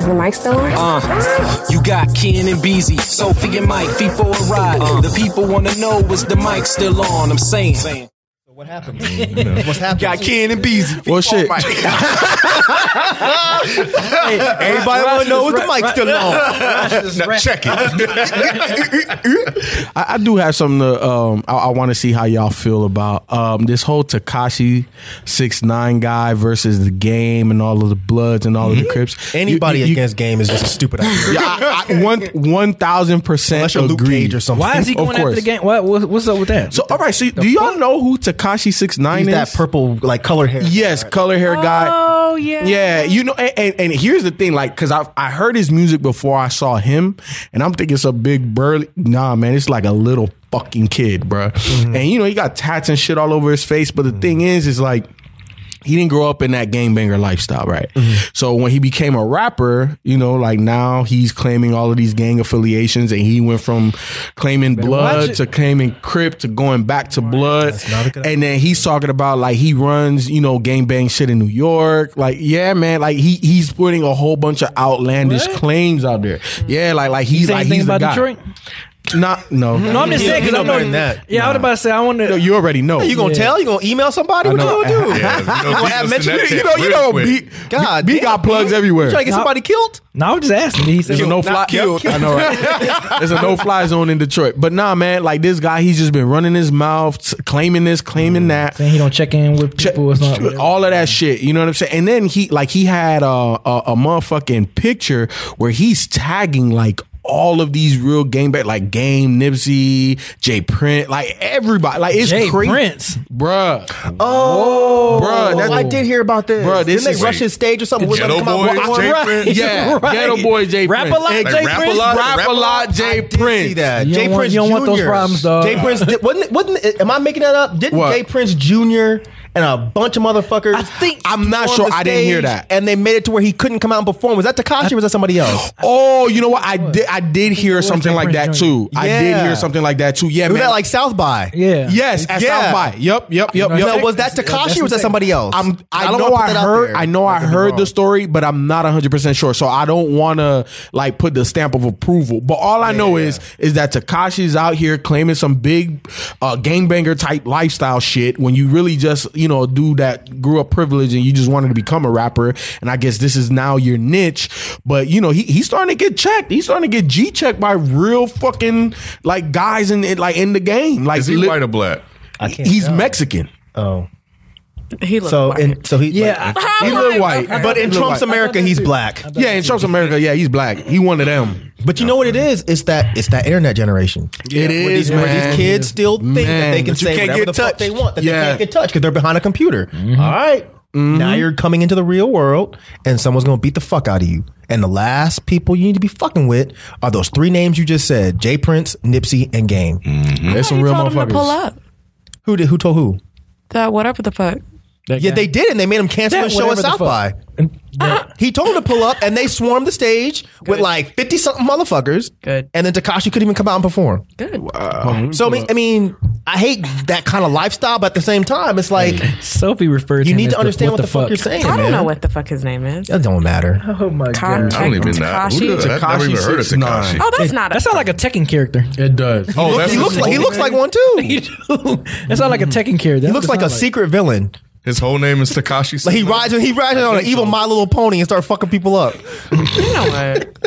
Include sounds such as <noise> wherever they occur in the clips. Is the mic still on? Uh, you got Ken and Beezy, Sophie and Mike, feet for a ride. Uh, the people want to know is the mic still on? I'm saying. saying. What happened? What's happening? Got Ken and Beezy. Well, shit. <laughs> Everybody want to know is the mic still on? Now, check it. <laughs> I, I do have something to. Um, I, I want to see how y'all feel about um, this whole Takashi six nine guy versus the game and all of the Bloods and all of the Crips. You- Mm-hmm. Anybody you- you- against game is just a stupid idea. Yeah, I, I, one one thousand Unless percent you're Luke agreed. Cage or something. Why is he Of going after course. the game? What, what what's up with that? So all right, so do y'all know who Takashi six nine He's is? that purple, like colored hair. Yes, color hair guy. Oh yeah, yeah. You know, and, and, and here's the thing, like, cause I I heard his music before I saw him, and I'm thinking it's a big burly. Nah, man, it's like a little fucking kid, bruh. Mm-hmm. And you know, he got tats and shit all over his face. But the thing is, is like. He didn't grow up in that gangbanger lifestyle, right? Mm-hmm. So when he became a rapper, you know, like now he's claiming all of these gang affiliations, and he went from claiming watch blood it. to claiming Crip to going back to blood, not a good and then he's talking about like he runs, you know, gang bang shit in New York. Like, yeah, man, like he he's putting a whole bunch of outlandish What? claims out there. Yeah, like like he's Say like anything he's the about guy. Detroit? Not no. No, I'm just He- saying he because I know know. better than that. Yeah, I was about to say I want No, to. you already know. <laughs> You gonna tell? You gonna email somebody? What you know. gonna do? <laughs> Yeah, you know, gonna add Beezus mention- in that you shit know, you real know, quick. B, God, God, B damn, got plugs man. everywhere. You trying to get somebody killed? No, I'm just asking. He said, There's a no fly. killed. I know, right? There's a no fly zone in Detroit. But nah, man, like this guy, he's just been running his mouth, s- claiming this, claiming that. saying he don't check in with Check- people. It's not all of that shit. You know what I'm saying? And then he like he had a a, a motherfucking picture where he's tagging like all of these real game back like Game Nipsey, Jay Print, like everybody. Like it's Jay crazy, Prince. bruh. Oh, Bruh, that's- I did hear about this. Bruh, this Didn't is- they rush his stage or something? Wouldn't Ghetto let him come out Boys, one- Jay one- <laughs> <laughs> Prince. Yeah, Right. ghetto boy Jay Rap a Prince. lot, Ex- Like, Jay rap a Prince. lot, Rap a lot, I Jay did see Prince. that. You Jay don't want- Prince you don't want those Jr.. problems, dog. Jay Prince did- wasn't wasn't am I making that up? Didn't What? Jay Prince Jr. and a bunch of motherfuckers? I think- I'm not sure. I didn't hear that. And they made it to where he couldn't come out and perform. Was that Takashi or was that somebody <gasps> else? Oh, you know what? I did. I did hear was something Jay like that Prince Jr. too. I did Yeah. hear something like that too. Yeah, It was man. that like South by? Yeah. yes, at Yeah. South by. Yep, yep, yep, No, yep. No, was that Takashi or was that somebody else? I'm, I, don't know wanna put I that out heard there. I know I Don't get me heard the wrong. story, but I'm not 100 percent sure. So I don't want to like put the stamp of approval. But all I know is is that Takashi's out here claiming some big uh, gangbanger type lifestyle shit when you really just you know a dude that grew up privileged and you just wanted to become a rapper. And I guess this is now your niche. But you know he he's starting to get checked. He's starting to get G checked by real fucking like guys in it like in the game. Like Is he li- white or black? he's Mexican. Oh, He looks so white. and so he Yeah, like- He look white, but in He look Trump's white. America, he's black. Yeah, in Trump's America, yeah, he's black. He one of them. But you know what it is? It's that it's that internet generation. It Where is, these, where man. these kids still think that Man, they can that you say can't whatever get the fuck touched. they want, that Yeah. Mm-hmm. they can't get touched because they're behind a computer. All right. Now you're coming into the real world and someone's gonna beat the fuck out of you. And the last people you need to be fucking with are those three names you just said: Jay Prince, Nipsey, and Game. Mm. There's some He real told him to pull motherfuckers. up. Who did? Who told who? That whatever the fuck. Yeah, they did, and they made him cancel That the show at whatever the South fuck. by. He told him to pull up, and they swarmed the stage with like fifty something motherfuckers. Good. And then Takashi couldn't even come out and perform. Good. Mm-hmm. So I mean, I mean, I hate that kind of lifestyle, but at the same time, it's like Sophie referred to you him need as to understand what, the, fuck, you're saying. I don't man. know what the fuck his name is. It don't matter. Oh my Con- god. I don't even know. Who the- I've never even heard of Tekashi Oh, Takashi. that's not a. That sounds like a <laughs> Tekken character. It does. Oh, that's He looks like he looks like one too. <laughs> You He do. that sounds like a Tekken character. He looks like a secret villain. his whole name is <laughs> Takashi. Like he rides he rides on an evil My Little Pony and start fucking people up. you know what?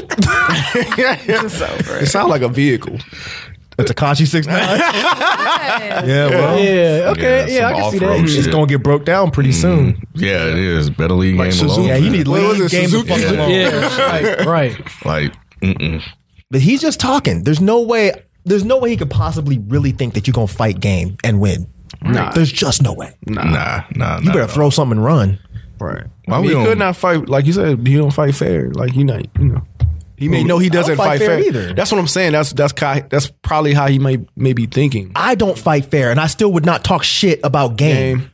It's over. sounds like a vehicle. <laughs> Takashi six <laughs> nine. Yes. Yeah, well, Yeah. Okay. Yeah. Yeah, I some can see off-road that. shit. it's gonna get broke Mm. down pretty soon. Yeah, it is. Better leave game alone. Yeah, you need to man. leave What was it, game the Suzuki? fuck Yeah. alone. <laughs> Yeah. Right. Right. Like, mm-mm. But he's just talking. There's no way. There's no way he could possibly really think that you're gonna fight game and win. Nah. There's just no way. nah, nah, nah. You better throw something and run. Right. Why I mean, we he on- could not fight, like you said, he don't fight fair. Like, you not, you know. He may know he I don't doesn't fight fight, fair fair. either. That's what I'm saying. That's that's ki- that's probably how he may may be thinking. I don't fight fair, and I still would not talk shit about game. Game.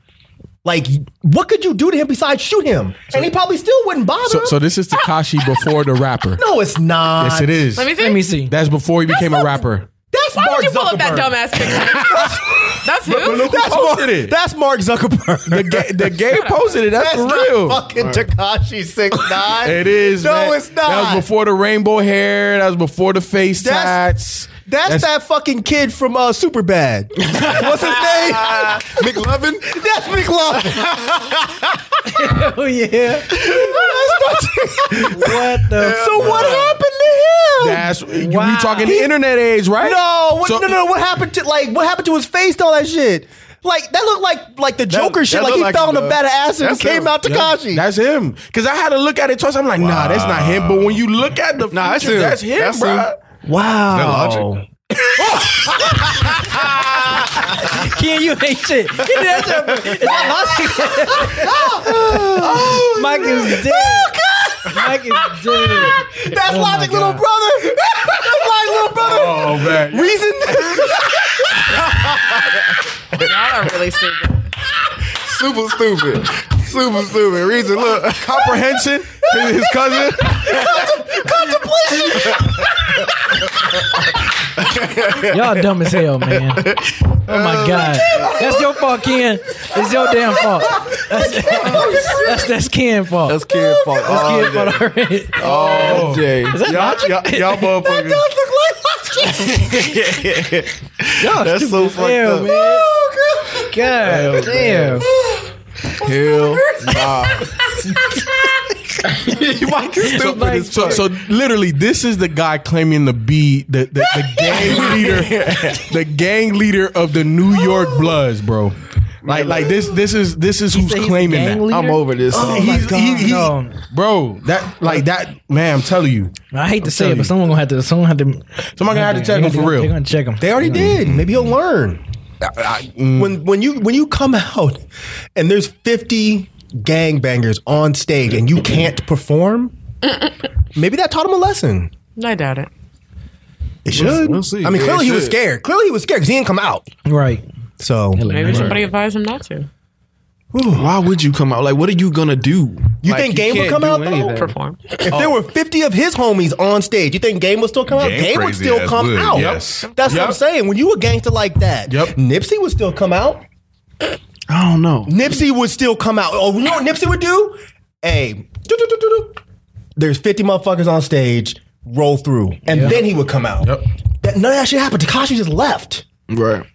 Like, what could you do to him besides shoot him? and he probably still wouldn't bother. So, him. so this is Takashi before the rapper. no, it's not. Yes, it is. <laughs> Let me see. Let me see. That's before he became a rapper. That's Why Mark would you pull up that Zuckerberg. dumbass picture? <laughs> That's who? That's That's Mark, posted it. that's Mark Zuckerberg. the gay, the gay posted it. <laughs> That's, That's for not real. fucking Takashi <laughs> six nine. It is. No, man. it's not. That was before the rainbow hair. That was before the face That's- tats. That's, that fucking kid from uh, Superbad. What's his name? <laughs> McLovin. That's McLovin. Oh yeah. What the? so what happened to him? That's you we talking the internet age, right? no, what, So- no, no. What happened to like? What happened to his face? and All that shit. Like that looked like like the Joker shit. that Like look he like fell in the- a vat of acid and That's came him. out Takashi. That's him. Cause I had to look at it twice. I'm like, nah, that's not him. But when you look at the Nah, that's features, him. that's him, That's bro. him. wow. <laughs> logic. Can you hate shit? Is that is that logic? Mike is dead. Mike is dead. That's Oh my logic, little God. brother. <laughs> That's like little brother. Oh man. Reason. Y'all are really stupid. Super stupid. Super stupid. Reason, look. Comprehension. His, his cousin. Y'all dumb as hell, man. Oh my god, that's your fault, Ken. It's your damn fault. That's that's, that's Ken's fault. That's kid fault. Ken's fault already. Oh, Jay. Is that logic? Y'all, y'all motherfuckers. <laughs> Y'all That's so fucked Hell, up. man. God damn. Hell, nah. Mike is So, stupid as so, so literally, this is the guy claiming to be the, the, the <laughs> gang leader, the gang leader of the New York Bloods, bro. Like like this this is this is who's said he's claiming gang that. leader? I'm over this. Oh he's, he, he, no. bro. That like that man. I'm telling you, I hate to say telling it, you. but someone gonna have to. Someone have to. Someone gonna have to check him they're for gonna- real. They're gonna check him. They already did. Maybe he'll learn. mm. When when you when you come out and there's 50 gangbangers on stage and you can't perform, maybe that taught him a lesson. I doubt it. It should. we'll see. I mean, Yeah, clearly it he was should. scared. Clearly he was scared because he didn't come out. Right. So Maybe somebody advised him not to why would you come out? Like, what are you gonna do? you think Game would come can't do out though? anything. perform. If there were 50 of his homies on stage, you think Game would still come out? Oh. Game Game would crazy still as come would, out. yes. That's what I'm Yep. saying. When you a gangster like that, Yep. Nipsey would still come out. I don't know. Nipsey would still come out. Oh, you know what Nipsey would do? Hey, doo-doo-doo-doo-doo. there's 50 motherfuckers on stage, roll through. And then he would come out. Yep. That, none of that shit happened. Takashi just left. Right.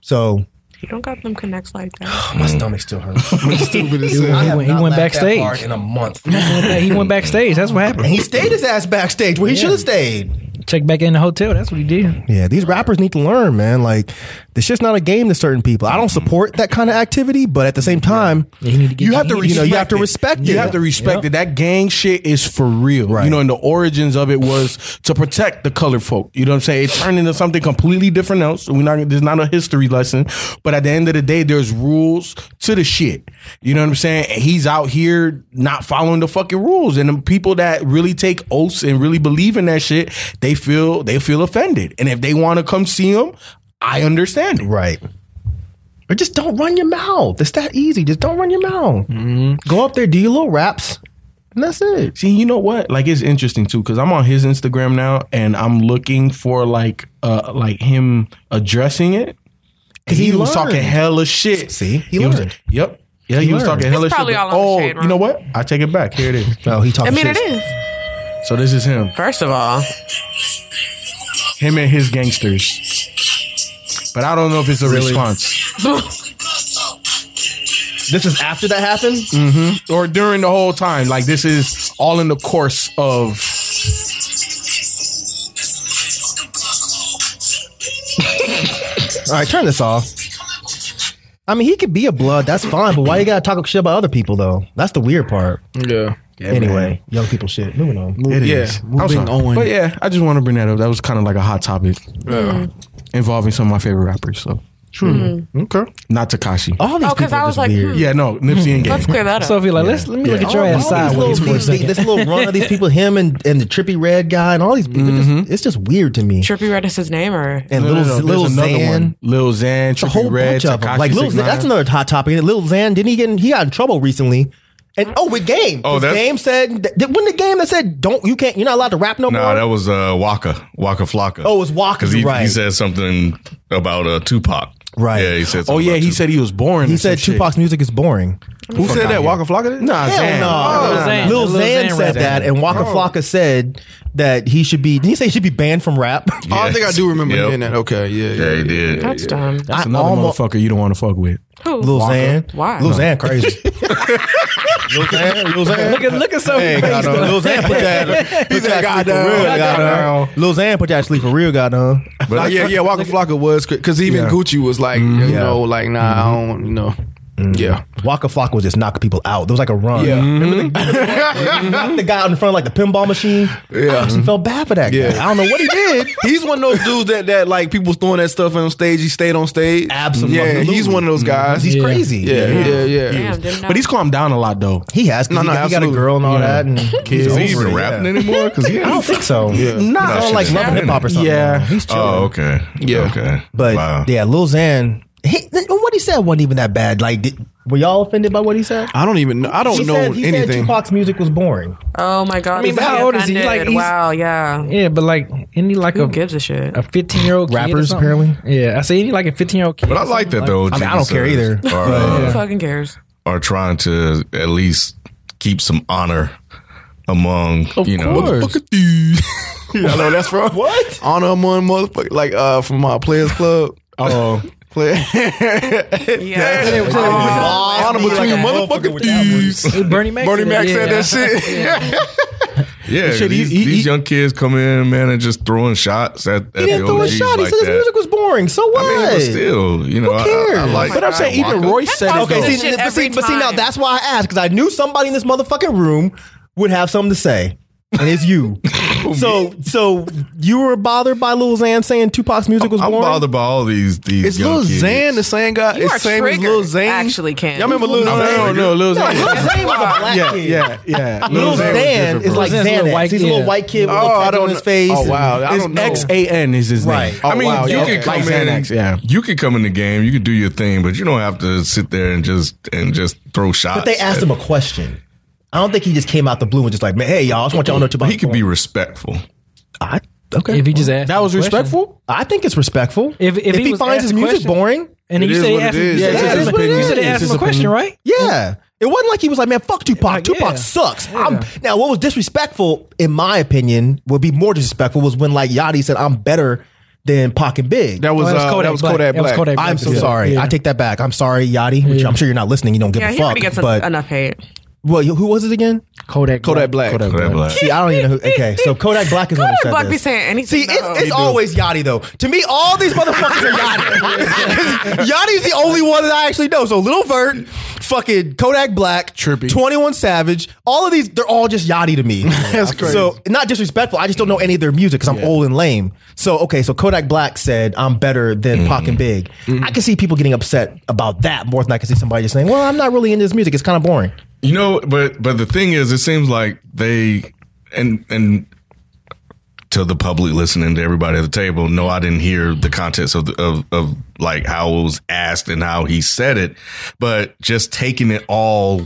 So You don't got them connects like <sighs> that. Mm. my stomach still hurts. stupid <laughs> as He hell. I have went, he not went laughed that hard backstage. in a month. <laughs> he went backstage. That's what happened. and he stayed his ass backstage where he should have stayed. Checked back in the hotel. That's what he did. Yeah, these rappers need to learn, man. Like, this shit's not a game to certain people. I don't support that kind of activity, but at the same time, You need to get. you have to You respect know, you have to it. respect you it. have to respect Yep. it that gang shit is for real Right. you know and the origins of it was to protect the colored folk you know what i'm saying it turned into something completely different else we're not there's not a history lesson but at the end of the day there's rules to the shit you know what i'm saying And he's out here not following the fucking rules and the people that really take oaths and really believe in that shit they feel they feel offended and if they want to come see him i understand it Right. Or just don't run your mouth. It's that easy. Just don't run your mouth. Go up there, do your little raps, and that's it. See, you know what? Like it's interesting too, because I'm on his Instagram now, and I'm looking for like, uh, like him addressing it. Because he, he was learned. talking hella shit. See? He was- learned. yep. Yeah, he, was learned. talking hella It's shit. probably but- all oh, on the shade you know room. what? I take it back. Here it is. No, Oh, he talking I mean, it shit. is. So this is him, First of all, <laughs> him and his gangsters. But I don't know if it's a response oh, This is after that happened. or during the whole time. Like this is all in the course of. All right, turn this off. I mean, he could be a blood. That's fine. But why you gotta talk shit about other people though? That's the weird part. Yeah. anyway, young people shit. Moving on. It is. Yeah, I'm moving sorry. on. But yeah, I just want to bring that up. That was kind of like a hot topic Yeah. involving some of my favorite rappers. So True. Okay. Not Takashi. All these Oh, 'cause people I are was just like, weird. hmm. Yeah, no, Nipsey and Game. Let's clear that up. Sophie, like, let's let me look at your ass All Oh, these little- sideways for a these- second. This little run of these people, him and, and the trippy red guy, and all these people, they're just, it's just weird to me. Trippy Red is his name, or And No, no, little no, there's little another Xan, one. Lil Xan, a Trippie whole Redd, bunch of them. Tekashi Like little, 69. that's another hot topic. Little Xan didn't he get in, he got in trouble recently. And oh, with game, Oh, that's- game said th- wasn't the game that said don't you can't you're not allowed to rap no No, more. that was uh, Waka Waka Flocka. Oh, it was Waka, he, right. he said something about uh, Tupac. Right. Yeah, he said. Something Oh yeah, about he Tupac. said he was born. he said Tupac's music is boring. Who said that? Waka Flocka? Nah, Hell Xan. no. Lil Xan. Lil Xan Lil Xan said rap. that, and Waka Flocka said that he should be. Did he say he should be banned from rap? Oh, I think I do <laughs> remember Yep. hearing that. Okay, yeah, yeah. Yeah, he did. that's yeah. dumb. That's I another almost- motherfucker you don't want to fuck with. Who? Lil Xan, Why? Lil Xan crazy. <laughs> Lil Xan, Lil Xan. Look at look at Sophie. Hey, face, goddamn. though. Lil Xan put that, put that "God uh, sleep for damn, real, God goddamn. Lil Xan put that sleep for real, goddamn. Nah, yeah, yeah. Mm-hmm. Waka Flocka was because even Yeah. Gucci was like, you Yeah. know, like nah, I don't, you know, yeah. Waka Flocka was just knocking people out. There was like a run. Yeah. Mm-hmm. Knocked <laughs> the guy out in front of like the pinball machine. Yeah. I actually felt bad for that guy. Yeah. I don't know what he did. <laughs> He's one of those dudes that that like people was throwing that stuff on stage. He stayed on stage. Absolutely. Yeah, he's one of those guys. He's yeah, crazy. Mm-hmm. yeah, yeah. Damn, didn't know. But he's calmed down a lot though. He has. 'cause No, he, no, got, he got a absolutely. girl and all that. And he's Is he over even it, rapping yeah. anymore? Because I don't think so. Nah. I don't like love and shit's happening. hip hop or something. Yeah. He's chilling. Oh, okay. Yeah. Okay. But Wow. yeah, Lil Xan, he, th- what he said wasn't even that bad. Like, did, were y'all offended by what he said? I don't even. know. I don't he know said, he said anything. Tupac's music was boring. oh my god. I mean, but how old is he? Like, he's- wow. Yeah. Yeah, but like any like Who a gives a shit? a fifteen year old Rappers, apparently. Yeah, I say any like a fifteen year old kid. But I or like something, that though. I mean, I don't care either. Are, uh, Who fucking cares? are trying to at least keep some honor among Of you know. course. Look at these. <laughs> I know that's <laughs> from what honor among motherfucker like uh from my players club. <laughs> Oh, Play- Yeah. Oh, honor Like between a motherfucking thieves. It was Bernie Mac. Bernie said Mac yeah. said that <laughs> shit. Yeah, Shit, <laughs> he- these, he- these he- young kids come in, man, and just throwing shots at, at He didn't the throw a OGs shot. He like said his that. music was boring. So what? I mean, but still, you know, I- I, I cares? like. but I'm saying even Roy said it. okay, though. see, Shit but, see, every but see, now time. that's why I asked because I knew somebody in this motherfucking room would have something to say, and it's <laughs> you. so, so you were bothered by Lil Xan saying Tupac's music was I'm boring. bothered by all these these. Is young Lil kids. Xan the same guy? You Is are same as Lil triggered, Xan? actually, Ken. Y'all remember Lil I'm Xan? triggered. no, <laughs> Lil Xan. Lil Xan was <laughs> a black Yeah, kid. yeah, yeah. Lil was Xan different, is bro. like Xan's a little Xanax. white He's a little kid. white kid with a Oh, little I tattoo don't on his know. face. Oh, wow. I It's don't know. X A N is his Right. name. Oh, I mean, wow, you yeah, can okay. come Like in. Xanax, yeah. You can come in the game. You can do your thing, but you don't have to sit there and just and just throw shots. But they asked at- him a question. I don't think he just came out the blue and just like, man, hey y'all, I just want y'all to know Tupac. He could be respectful. I, okay. If he just asked, That him was a question. respectful. I think it's respectful. If- if he he, was finds asked his a music question- boring, and It you is say what it asked, is. yeah, Yeah, it's that's his what it opinion. is. You said they It's asked him his a question, opinion. right? yeah. It wasn't like he was like, man, fuck Tupac. Like, Tupac yeah. sucks. I'm, now, what was disrespectful, in my opinion, would be more disrespectful was when like Yachty said, I'm better than Pac and Big. That Oh, was, uh, that was Kodak That was Black. Kodak Black. I'm so sorry. Yeah. I take that back. I'm sorry, Yachty. Which I'm sure you're not listening. You don't give Yeah, a he fuck. already gets but a, enough hate. well, who was it again? Kodak. Kodak Black. Kodak Black. See, I don't even know. Who, okay, so Kodak Black is one who Kodak said Black this. be saying anything. See, it, though. it's always Yachty though. To me, all these motherfuckers are Yachty. 'Cause Yachty's the only one that I actually know. So Little Vert, fucking Kodak Black, Trippy. Twenty One Savage, all of these, they're all just Yachty to me. That's crazy. So not disrespectful, I just don't know any of their music because I'm old and lame. So okay, so Kodak Black said I'm better than Pac and Big. I can see people getting upset about that more than I can see somebody just saying, "Well, I'm not really into this music. It's kind of boring." You know, but but the thing is, it seems like they and and to the public listening to everybody at the table. No, I didn't hear the contents of the, of of like how it was asked and how he said it, but just taking it all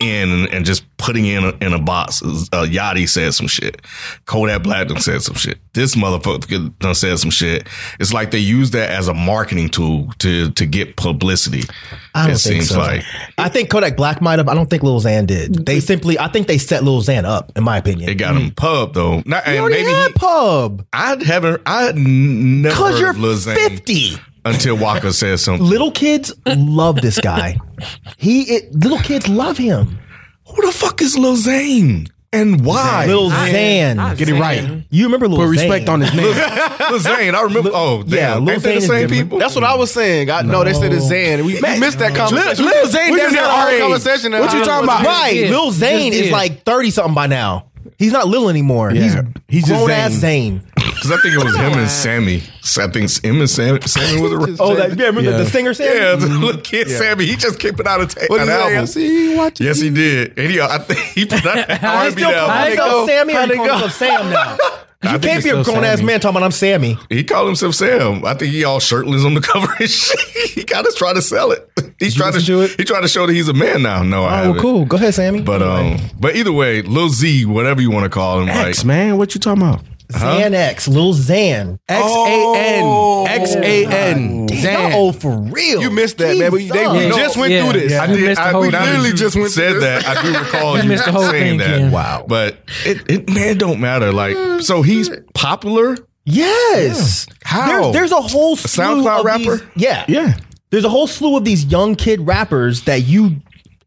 in and, and just putting it in a, in a box. Uh, Yachty said some shit. Kodak Black done said some shit. This motherfucker done said some shit. It's like they use that as a marketing tool to to get publicity. I don't it think seems so. like. I think Kodak Black might have. I don't think Lil Xan did. They simply, I think they set Lil Xan up, in my opinion. It got him pub though. Not, You and already maybe had he- pub I haven't. I n- never because heard you're of Lil Xan 50. until Walker says something. Little kids love this guy. he, it, little kids love him. Who the fuck is Lil Zane and why? Little I- Xan, I'm get it right. saying. You remember Lil Put Xan? respect on his name. Lil Zane. I remember. Oh, yeah, damn. Lil Ain't Zane they the is same different. people? That's what I was saying. I no, they said it's Xan. We, we missed that conversation. Lil Xan we damn just near had a our whole age. conversation. What you I- talking about? Right, Just did. Lil Xan Just is did. like 30 something by now. He's not little anymore. Yeah. He's He's just grown ass Zane. Because I think it was him and Sammy. So I think it's him and Sam, Sammy was around. Oh, that, yeah, remember the singer Sammy? <laughs> Yeah, the little kid Sammy. He just kept it out a tape. What an did he say? album. I see you watching. Yes, he did. And he, I think he put out an I R&B still album. I How'd it call go? Sammy. I'm How'd it calling go? myself Sam now. I You think can't it's be a still grown ass Sammy. man talking about I'm Sammy. He called himself Sam. I think he all shirtless on the <laughs> cover and shit. He kind of tried to sell it. He's trying to listen to it? he tried to show that he's a man now. No, I Oh, haven't. well, cool. Go ahead, Sammy. But um, but either way, Lil Z, whatever you want to call him, like X, man, what you talking about? Xanax, Lil Xan. X A N X A N. Oh. Damn. Oh, for real. You missed that, man. We, they, we Yeah. just went Yeah. through this. Yeah. I You did. missed the I, whole we thing. literally You just missed said that. I do recall you missed the whole thing, saying that. Ken. Wow. But it, it man don't matter. Like so he's popular. Yes. How? There's, there's a whole slew SoundCloud of these- rapper? yeah. Yeah. There's a whole slew of these young kid rappers that you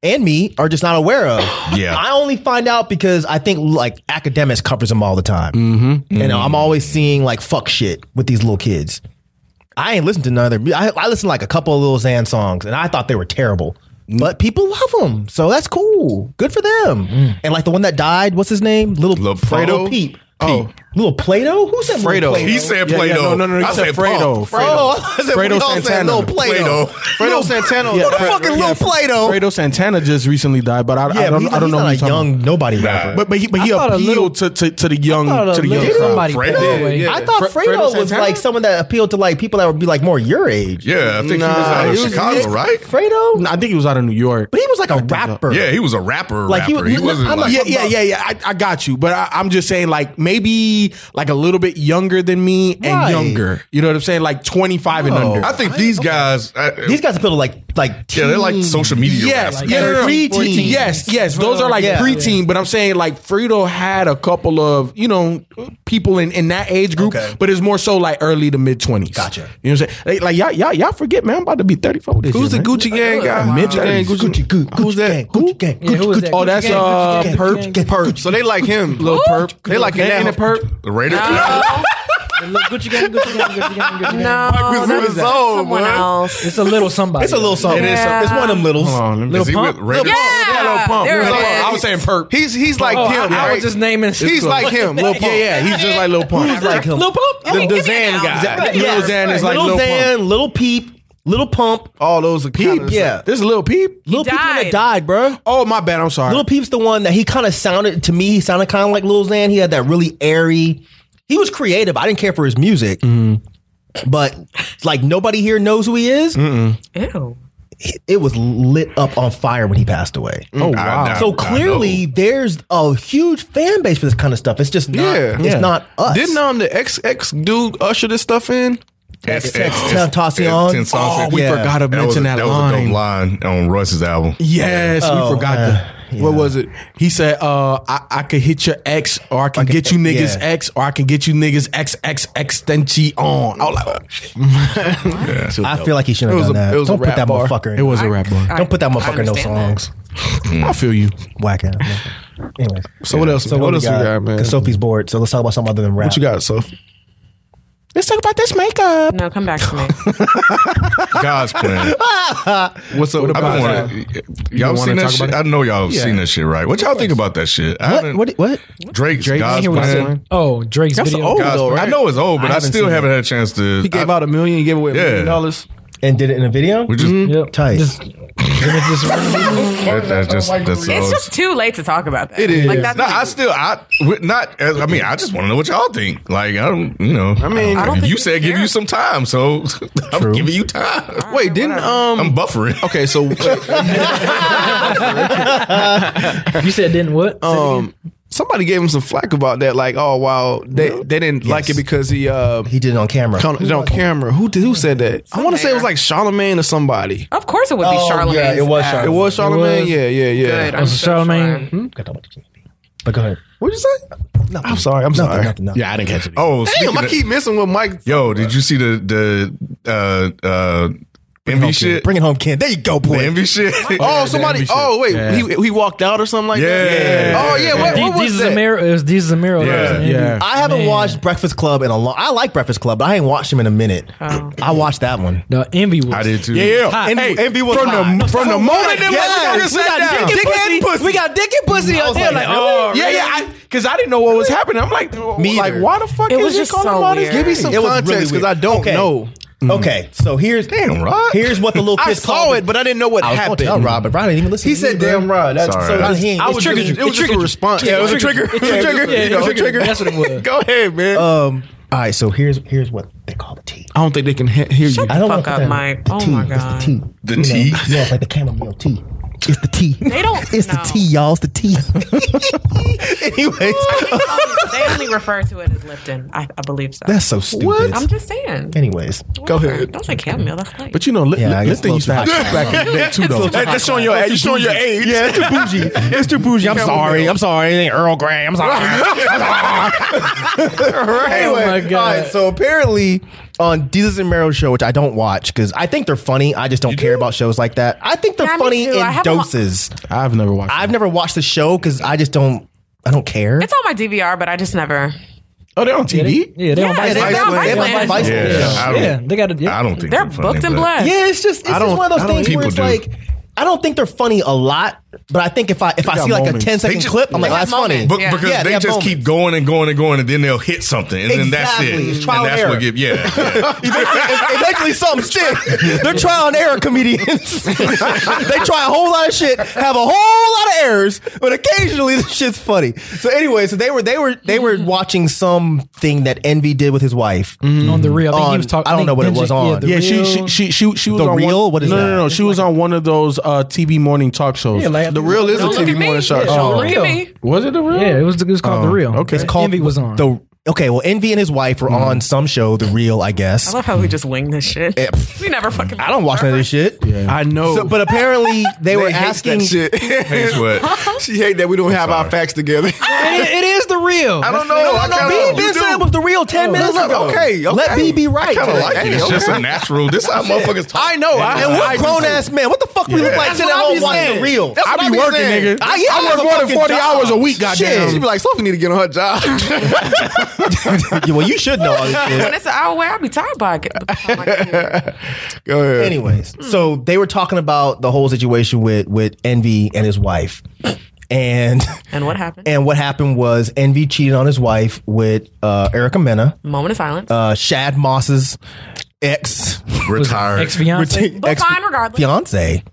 and me are just not aware of. <sighs> Yeah. I only find out because I think like academics covers them all the time. Mm-hmm. And I'm always seeing like fuck shit with these little kids. I ain't listened to none of their mu- I, I listened to like a couple of Lil Xan songs and I thought they were terrible. Mm. But people love them. So that's cool. Good for them. And like the one that died, what's his name? Little Mm. Lil Fredo Fredo? Peep. Oh. Little Plato? Who said Little Fredo. Plato? He said Yeah, Play-Doh. yeah, no, no, no, he I said said Fredo. Paul. Fredo. I said, Fredo we all said Santana. Lil Plato. Play-Doh. Fredo Santana. Yeah. Who the Fre- fucking Lil Plato. Fredo Santana just recently died, but I, Yeah, I don't, but he's, I don't he's know. who Not you're a talking young nobody rapper. But but he, but he thought a appealed little- to, to to the young I thought to a the young little crowd. somebody Fredo? passed away. Yeah. I thought Fredo Fredo was Santana? like someone that appealed to like people that would be like more your age. Yeah, I think he was Nah, out of he was- Chicago, right? Fredo, No, I think he was out of New York. but he was like a rapper. Yeah, he was a rapper. Like, he rapper. was- He, wasn't I'm like, like- yeah, yeah, yeah, yeah. I, I got you, but I, I'm just saying, like maybe like a little bit younger than me and Right. younger. You know what I'm saying? Like 25 and under. I think these guys. I, These guys appeal to like like yeah, they're like teen. social media. Yes, rappers. yeah, no, no, no. Preteen. Preteen. Yes, yes. Those are like Yeah. preteen, but I'm saying like Frito had a couple of, you know, people in, in that age group, but it's more so like early to mid 20s. Gotcha. You know what I'm saying? Like, like y'all, y'all, y'all forget, man. I'm about to be 34 this Who's the year, man. Gucci Gang guy? Mid Gucci 30s. Gang, Gucci. Gucci, Gucci, Who's that? Gucci gang, Yeah, who was Gucci that? gang. Oh, that's Gucci uh, gang, Gucci Perp. gang. Perp. So they like him. Little Perp. They like him They in now. a Perp. The Raiders. Look, Gucci gang, Gucci gang, Gucci gang, Gucci gang. No, was that in was his own, someone bro. else. It's a little somebody. It's a little something. It is something. It's one of them littles. Hold on, let me- Little Is he pump. with Raiders? Yeah, there it is. I was saying Perp. He's he's like Oh, him. I- I was right? just naming- He's like him. Lil <laughs> Pump. Yeah, yeah. He's just like Lil Pump. Who's like him? Little pump. Hey, The give me an Zan ounce. guy. Right. Lil Yeah, Xan is like little Lil Pump. Xan, little Peep, little Pump, All those are Peep. kinda- Yeah. This is Lil Peep. little Peep died. that died, bro. Oh, my bad. I'm sorry. Little Peep's the one that he kind of sounded to me. He sounded kind of like Lil Xan. He had that really airy. He was creative. I didn't care for his music, Mm-hmm. but like nobody here knows who he is. Ew. It was lit up on fire when he passed away. Mm, Oh, I- wow. I- So I clearly, there's a huge fan base for this kind of stuff. It's just not. Yeah. it's Yeah. not us. Didn't um the XX dude usher this stuff in? It's- it's- it's- Tentacion. it's- it's- Oh, we Yeah. forgot to That was a- mention that, that was a line. dope line on Russ's album. Yes, Oh, we forgot uh, that. What was it? He said, uh, I, I could hit your ex, or I can get you niggas yeah. X, or I can get you niggas X, X, extension on. I was like, oh, shit. I feel like he should have was done a- that. it was a Don't put rap that bar. motherfucker. In. It was a rap bar. Don't put that I motherfucker in no understand songs. I feel you. Whack ass. Anyways, So what else? so what, else we got, man? Because Sophie's bored, so let's talk about something other than rap. what you got, Soph? Let's talk about this makeup. No, come back <laughs> to me. God's plan. What's up? I've been about that? wanting. Y'all wanna seen that talk shit? I about know y'all have Yeah. seen that shit, right? What y'all think about that shit? I What? haven't- What? What? Drake's Drake, I God's hear what you're plan. saying. Oh, Drake's That's video. old God's though, plan. right? I know it's old, but I, haven't still seen haven't had a chance to. He gave I, out a million. He gave away a Yeah. million dollars. And did it in a video? we just Yep. Tight. Just, just that, that's just that's all. It's just too late to talk about that. It is. Like that's No, I still I with- not. as- I mean, I just want to know what y'all think. Like, I don't, you know. I mean, I don't think you we said give care. you some time, so <laughs> I'm giving you time. Wait, didn't um? I'm buffering. okay, so you said didn't what? um, somebody gave him some flack about that. Like, oh wow, they they didn't like it because he uh he did it on camera. on, Who on was it? camera. Who did, who said that? I want to say it was mayor. like Charlemagne or somebody. of course it would be Oh, Charlemagne. yeah, it was Charlamagne. It was Charlemagne. was. Yeah, yeah, yeah. Good. I'm so Charlemagne. sure. Got to watch the TV. But go ahead. What'd you say? Nothing. I'm sorry. I'm Nothing. sorry. Nothing. nothing. Yeah, I didn't catch it. <laughs> Oh, Damn, speaking I of- keep missing what Mike. Yo, did you see the the uh uh Bring it Envy home, shit. Kid. Bring it home, Ken. There you go, The boy. envy shit. <laughs> Oh, somebody. Oh, wait. He he walked out or something like that. Yeah. Oh yeah. What, what was These that? Zamiro, it was these Zamiro. Yeah, yeah. I haven't Man. watched Breakfast Club in a long. I like Breakfast Club, but I ain't watched him in a minute. I watched that one. The envy was. I did too. Yeah, yeah. Hot. Hey, Envy was from the hot. from the moment that Yeah, motherfucker we sat got down. dick and pussy. We got dick and pussy out there. Like, oh, Yeah, yeah. I, Cause I didn't know what was happening. I'm like, Me like either. why the fuck It is was he just calling so about this? weird. Give me some It was context. really 'cause I don't know. Mm. Okay, so here's damn Rod. Here's what the little <laughs> I kiss saw called it, but I didn't know what I was going to tell happened. Rob, but Rob didn't even listen. He to me, said, bro. "Damn, Rob." That's Sorry. so. That's, He ain't- I it was triggered just, you. It It was just a triggered you. response. Yeah, it was a trigger. It was a trigger. Yeah, it You was know, a trigger. That's what it was. Go ahead, man. Um, all right, so here's here's what they call the tea. I don't think they can he- hear you. I don't fuck wanna put up, that- Mike. The Oh tea. my It's God. the tea. The You know, tea? yeah, it's like the chamomile tea. It's the tea. They <laughs> don't- It's the no. tea, y'all. It's the <laughs> <laughs> tea. Anyways, they only refer to it as Lipton. I, I believe so. that's so stupid. I'm just saying. Anyways, Go ahead. Don't say chamomile. That's nice. But you know, li- Yeah, I li- guess this thing little used to too happen hot. back in <laughs> the day <laughs> too, though. That's showing your age. You're showing your age. Yeah, it's too bougie. It's too bougie. I'm sorry. I'm sorry. It ain't Earl Grey. <laughs> I'm sorry. anyway, Oh my God. all right, so apparently on Jesus and Meryl show, which I don't watch because I think they're funny. I just don't care about shows like that. I think they're Yeah, me funny too. I in haven't wa- doses. I've never watched. I've it. never watched the show because I just don't. I don't care. it's on my DVR, but I just never. Oh, they're on TV. Yeah, they don't Yeah, buy they- yeah, they're on Viceland. They Viceland. have Viceland. Yeah, I don't, yeah, they got to. I Yeah. don't think They're funny, booked and but- blessed. Yeah, it's just it's just don't- one of I those don't- things where people it's do. like I don't think they're funny a lot, but I think if I if I got see like a moments. 10 They second just- clip, I'm like, They "Oh, have that's funny. But Yeah. because Yeah, they, they have just moments. <laughs> keep going and going and going, and then they'll hit something, and then that's it, Exactly. It's and trial that's and what error. give. Yeah, <laughs> yeah. Eventually, something stick. They're trial and error comedians. <laughs> they try a whole lot of shit, have a whole lot of errors, but occasionally this shit's funny. So anyway, so they were they were they Mm. were watching something that Envy did with his wife. on the real. I think On- Mm. he was talking. I don't know what it Benji- was on. Yeah, the Yeah, she real. she she she she was The on Real? One, What is no, that? No, no, no. She was on one of those uh, TV morning talk shows. Yeah, like- the real is a Don't look TV at me. morning Yeah, talk don't show. Oh, look at me. Was it the real? Yeah, it was. It was called the real. okay. It's Right? called envy was on. The okay, well, Envy and his wife were Mm. on some show, The Real, I I guess. love how we just wing this shit. We never fucking. I don't watch none of this shit. I know. So, but apparently they, were hates that asking. shit. Thanks, what? <laughs> she hate that we don't have our sorry. facts together. I It- it is the real. don't know. I Oh, No, kinda- B You been do. saying it was the real ten minutes Look, ago. okay, let okay. B be right. kinda like Hey, it. it's okay. just a natural. This <laughs> how motherfuckers talk. I know. I, And I what do grown too. ass man? What the fuck we look like That's sitting at what I home be watching saying. the real? That's I what be working, nigga. I- yeah, I I, have a work more than fucking forty job. hours a week. Shit. Goddamn. She be like, Sophie need to get on her job. <laughs> Yeah, well, you should know all this <laughs> When shit. it's an hour away, I'll be tired by it. <laughs> Go <laughs> ahead. Anyways, Hmm. so they were talking about the whole situation with with Envy and his wife, and And what happened? and what happened was Envy cheated on his wife with uh, Erica Mena, Moment of silence. uh, Shad Moss's ex Retired. Ex fiance. but fine, regardless. fiance.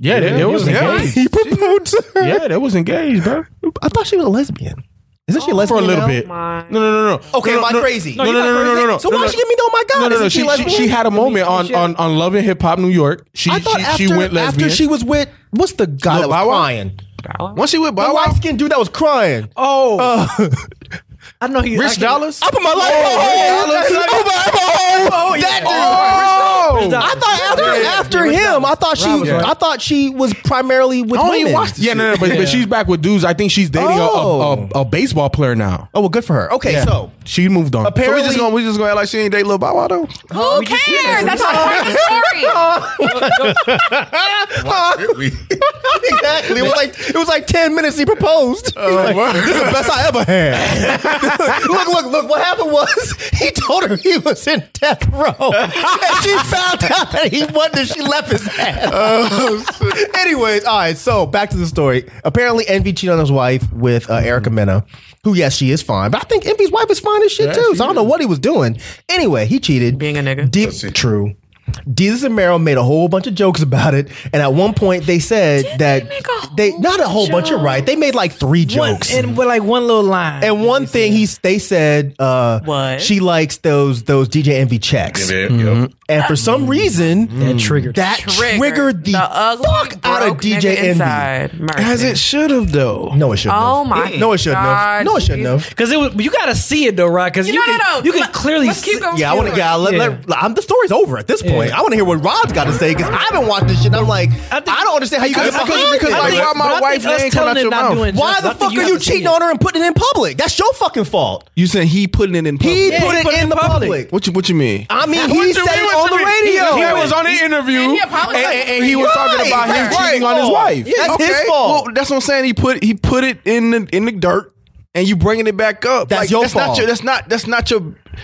yeah, they, they was Yeah. engaged. He proposed to her. Yeah, they was engaged, bro. I thought she was a lesbian. Isn't Oh. she a lesbian For a now? little bit. my. No, no, no, no. Okay, no, am I no, crazy? No, no, no, no, no, no, no. So why no, she give me no? My God, No, no, no. isn't she She, she, lesbian? she had a moment I mean, on, she- on, on Love and Hip Hop New York. She I thought she, after, she went lesbian. after she was with what's the guy that Lil was Bow Wow? crying? Once she with The Bow light Wow, skinned dude that was crying. Oh, I know he. Rich Dollars. I put my life on hold. Oh, my- oh, That dude. Dollars. I thought after Yeah. after him, I thought she Rob was right. I thought she was primarily with don't even women. watch this Yeah, no, no, but, but she's back with dudes. I think she's dating a- Oh. a, a, a baseball player now. Oh well, good for her. Okay, so She moved on. So we apparently, just gonna we just gonna act like she ain't date Lil Bow Wow though. Who cares? That's not part of the <laughs> story. <laughs> exactly. It was like it was like ten minutes. He proposed. He's like, this is the best I ever <laughs> had. look, look, look. What happened was <laughs> he told her he was in death row, <laughs> and she found out that he wasn't. and She left his ass. Oh, Anyways, all right. So back to the story. Apparently, Envy cheated on his wife with uh, Erica Mena, who yes, she is fine, but I think Envy's wife is fine as shit too. So I don't know what he was doing. Anyway, he cheated. Being a nigga. Deep, true. Jesus and Meryl made a whole bunch of jokes about it, and at one point they said that they make a they whole not a whole bunch. You're right. They made like three jokes. and with like one little line. And one thing he they said uh, What? she likes those those DJ Envy checks, Yeah, and for some reason that triggered. that triggered, the, ugly fuck out of broke DJ nigga Envy. inside. Mercy. should have though. No, it shouldn't. Oh have. my No, it shouldn't have. God, No, it shouldn't Jesus. have. Because it was, you gotta see it though, right? Because you, No, can, no, no. you can Let- clearly let's keep see- going. Yeah, I want to. Yeah, let, Yeah. let, I'm, the story's over at this point. point. I want to hear what Rob's got to say because I've been watching this shit. and I'm like, I, think- don't understand how you can I get think- behind because, it. like, why my but I wife's think us name come telling out it your not mouth? doing Why justice. the I think fuck are have you to cheating see it. on her and putting it in public? That's your fucking fault. You saying he putting it in public? He Yeah, put he it in the public. What you What you mean? I mean, What he you said mean, it what on the you mean? radio. He, was on the interview, And and, he apologized. and- and he was talking Right, about him that's cheating right. on his wife. Yeah, that's his fault. Well, that's what I'm saying. He put he put it in the in the dirt, and you bringing it back up. That's your that's Not fault. your, that's not that's not your.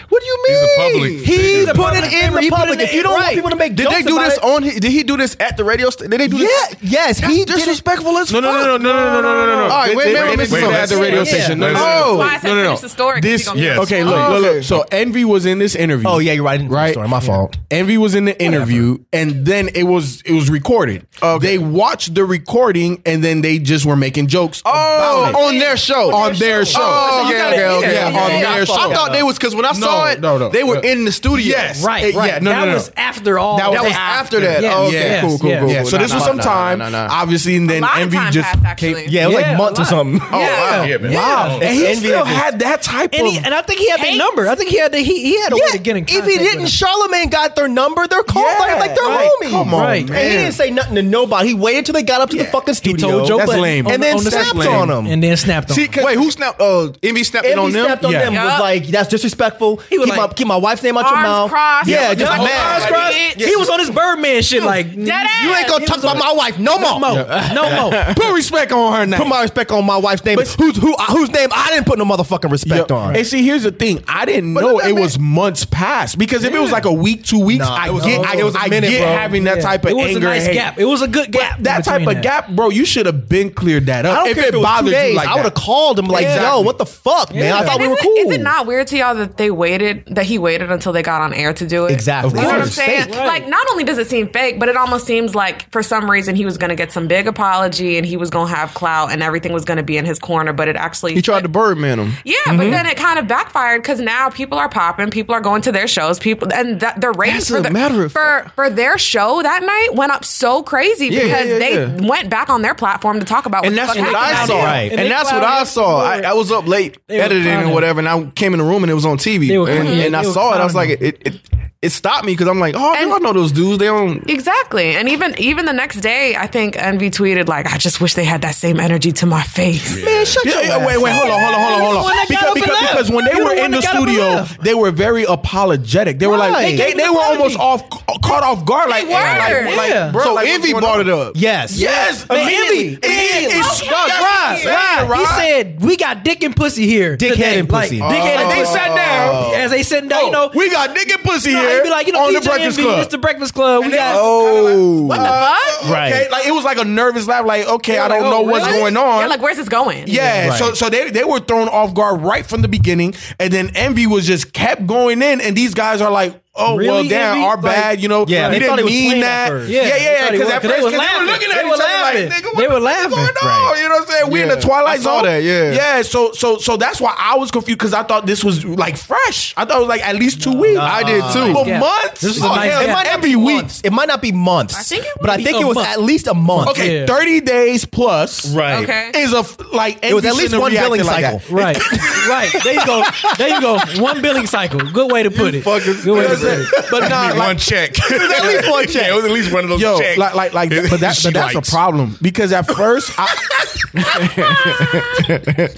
What do you mean? He's a public figure. He He's a put it in the public. If you don't want Right. people to make did jokes they do about this it- on? His, did he do this at the radio? St- did they do Yeah, this? yes, That's he did it- disrespectful as No, no, fuck. no, no, no, no, no, no, no, no. All right, wait, Wait, wait, wait, wait, wait, wait, at the radio yeah. station. No, no, Oh. no. Why I said No, no, no. finish the story. 'cause This- she gonna be yes. like, Okay, look, Oh, look, okay. look. So Envy was in this interview. Oh yeah, you're right. I didn't do the Right? Story. My fault. Envy was in the interview, and then it was it was recorded. They watched the recording, and then they just were making jokks. Oh, about it. on their show. On their show. Oh, You okay, gotta- okay, yeah, okay. yeah, on yeah, their yeah. show. I thought they was because when I saw it, no, no. they were Yeah. in the studio. Yes. Right, It- right. yeah, no, that no, no. was after all. That, was I- after that. Yeah, okay, yes, cool, cool, yeah. cool. yeah, so Nah, this nah, was nah, sometime, nah, nah, nah. obviously, and A then lot of Envy time just passed, came. actually. Yeah, it was Yeah, like a months or lot. something. Oh, Yeah. Yeah, man. Wow. and he Envy still had this. had that type And, of. he, and I think he had the Hate. number. I think he had the he, he had a way to get in if contact. he with didn't, her. Charlemagne got their number. They're called Yeah, like, like they're right. homies. Come on, Right. And he man. didn't say nothing to nobody. He waited till they got up to the fucking he studio. told Joe That's Budden lame. on and the- then on the snapped Saturday. on him. and then snapped on. See, him. wait, who snapped? Uh, Envy snapped it And on he them. snapped on Yeah. them was Yup. like, "That's disrespectful. He was keep, like, my, keep my wife's name out your Arms mouth." crossed. Yeah, Yeah, just like, mad. arms crossed. Bitch. He was on his Birdman shit. Like Dead ass. You ain't gonna He talk was about on- my wife no more. no more, no <laughs> more. put respect on her now. Put my respect on my wife's name. who's who? I- Whose name I didn't put no motherfucking respect Yeah. on. And see, here's the thing: I didn't know look, I it mean- was months past because if it was like a week, two weeks, Nah, I it was get, a- I, it was a I minute, get bro. having that Yeah. type of It was anger. a nice and hate. gap. It was a good gap. That in type of between that. gap, bro, you should have been cleared that up. I don't if care it if it was bothered two days, you like I would have that. called him like, Exactly. "Yo, what the fuck, man? I Yeah. thought we were Isn't- cool." Is it not weird to y'all that they waited, that he waited until they got on air to do it? Exactly. Of You know what I'm course. saying? Fake. Like, not only does it seem fake, but it almost seems like for some reason he was going to get some big apology and he was going to have clout and everything was going to be in his corner, but it actually. He tried Mm-hmm. to Birdman him. Yeah, but then it kind of backfired because now people are popping, people are going to their shows, people, and th- the ratings As for, a the, matter of for for their show that night went up so crazy Yeah, yeah, because yeah, they went back on their platform to talk about And what that's the fuck what I happened. saw. Right. And, And they that's what clowned I him. saw. I, I was up late were editing clowning and him. whatever, and I came in the room and it was on TV. They were and clowning him. and I They were saw it. I was like, clowning it, it, it stopped me because I'm like, oh, And- y'all know those dudes. They don't. Exactly. And even even the next day, I think Envy tweeted like, "I just wish they had that same energy to my face." Man, shut Yeah, your yeah, wait, wait, hold on, hold on, hold on, hold on. Because, because, because when they You the were one in the that got up and studio, left. they were very apologetic. They were like, Right. they, they, were almost off, caught off guard. Like, They like, were. like, Yeah. bro, so like, what's Envy going brought on? it up. Yes. Oh Yes, immediately. Immediately. Immediately. Okay. It's stuck. Yeah, Right, yeah, right. He right. said, "We got dick and pussy here, Dickhead today." and pussy. Oh, Like, dickhead and Oh. pussy. sat down as they sitting down. you know, we got nigga pussy you know, here he'd be like, you know, on DJ the Breakfast Envy, Club. It's the Breakfast Club. We got. oh, what the fuck? Okay, Right. like it was like a nervous laugh. Like, okay, I don't like, know oh, what's really? going on. Yeah, like where's this going? Yeah, Right. so so they, they were thrown off guard right from the beginning, and then Envy was just kept going in, and these guys are like, "Oh well, Really, damn, Envy? our Like- bad, you know, Yeah, we they didn't thought he was mean playing at that." first. yeah, yeah, Yeah, yeah, they because at thought he was, first 'cause 'cause they they were were laughing. looking at They each were other laughing. like, "Nigga, what They the were fuck laughing. going on?" You Right. know what I'm saying? We in the Yeah. twilight I zone. saw that, yeah. yeah. So so so that's why I was confused because I thought this was like fresh. I thought it was like at least two weeks. I did too. Well, Yeah. months. This is a Oh, nice hell, gap. it might not be weeks. Months. It might not be months. I think it but I was think a it was month. at least a month. Okay, Yeah. thirty days plus. Right. Okay. Is a f- like It was Envy at least shouldn't one have billing reacted like cycle. that. <laughs> Right, right. There you go. There you go. One billing cycle. Good way to put it. fucking- Good way to That's put it. <laughs> But nah, Need like- one <laughs> check. at least one check. <laughs> Yeah, it was at least one of those Yo, checks. like, like, like, that- but, that, She but that's likes. a problem because at first, <laughs> I,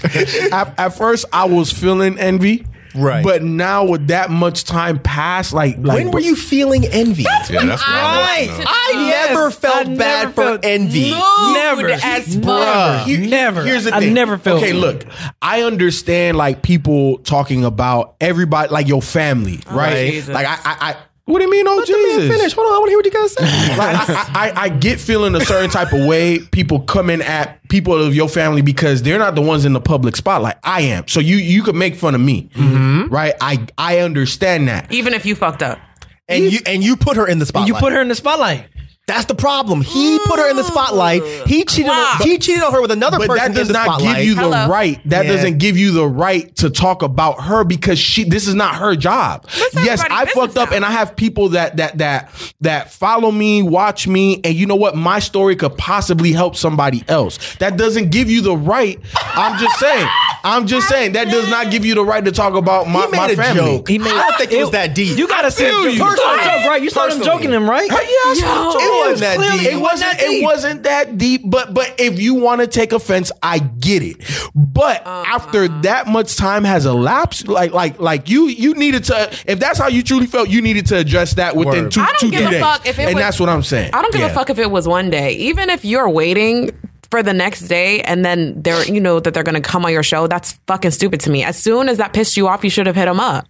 at, at first I was feeling envy, Right. But now with that much time passed, like, like When were you feeling envy? Yeah, that's what I want to know. I Yes, never I felt never bad felt- for envy. No. Never as fuck. Bruh, Here- Never. Here's the I thing. never felt. Okay, look, I understand like people talking about everybody, like your family, right? Jesus. Like I, I, I, what do you mean? Oh, Jesus! Finish. Hold on. I want to hear what you guys say. <laughs> like, I, I, I get feeling a certain type of way. People coming at people of your family because they're not the ones in the public spotlight. I am. So you you could make fun of me, right? I I understand that. Even if you fucked up. and you and you put her in the spotlight. You put her in the spotlight. That's the problem. He put her in the spotlight. He cheated. Wow. On, he cheated on her with another But person that in does the not spotlight. give you the Hello. right. That Yeah. doesn't give you the right to talk about her because she. This is not her job. That's yes, I everybody's fucked up, business and now. I have people that that that that follow me, watch me, and you know what? My story could possibly help somebody else. That doesn't give you the right. I'm just <laughs> saying. I'm just saying that does not give you the right to talk about my, He made my a family. joke. I don't think it was that deep. You gotta see the joke. you. You saw the Personally. joke, right? You saw them Personally. joking him, right? Yes, it Yo. wasn't was that clearly- deep. It wasn't. It wasn't that deep. But but if you want to take offense, I get it. But Uh-huh. after that much time has elapsed, like like like you you needed to. If that's how you truly felt, you needed to address that within Word. two I don't two give three a days. fuck if it and was- that's what I'm saying. I don't give Yeah. a fuck if it was one day. Even if you're waiting for the next day and then they're you know that they're gonna come on your show, that's fucking stupid to me. As soon as that pissed you off, you should have hit them up.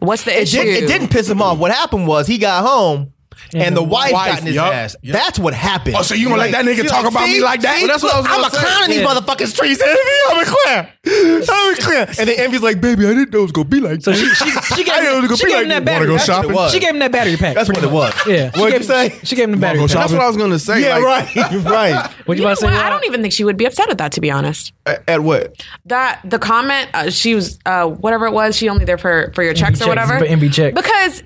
What's the it, issue? did, it didn't piss him off. What happened was he got home. And the Mm-hmm. wife, got in his yup, ass. yup. That's what happened. Oh, so you gonna let that nigga she's talk about me "See? like that?" See? Well, that's what I was Look, gonna I'm a say. clown in these Yeah. motherfucking streets, Envy. I'm a clown. I'm a clown. And then Envy's like, baby, I didn't know it was gonna be like So this. she she she gave, I didn't know it was him, gonna she be gave like him this. that battery. Wanna go pack. shopping? She gave him that battery pack. That's what it was. Yeah. What'd she gave you him- say? She gave him the battery go pack. shopping? That's what I was gonna say. Yeah, like, <laughs> right, right. What you You know about to say? uh, what? I Rob? don't even think she would be upset at that, to be honest. a- At what? that the comment uh, she was uh, whatever it was she only there for for your checks checks, or whatever but MB check. because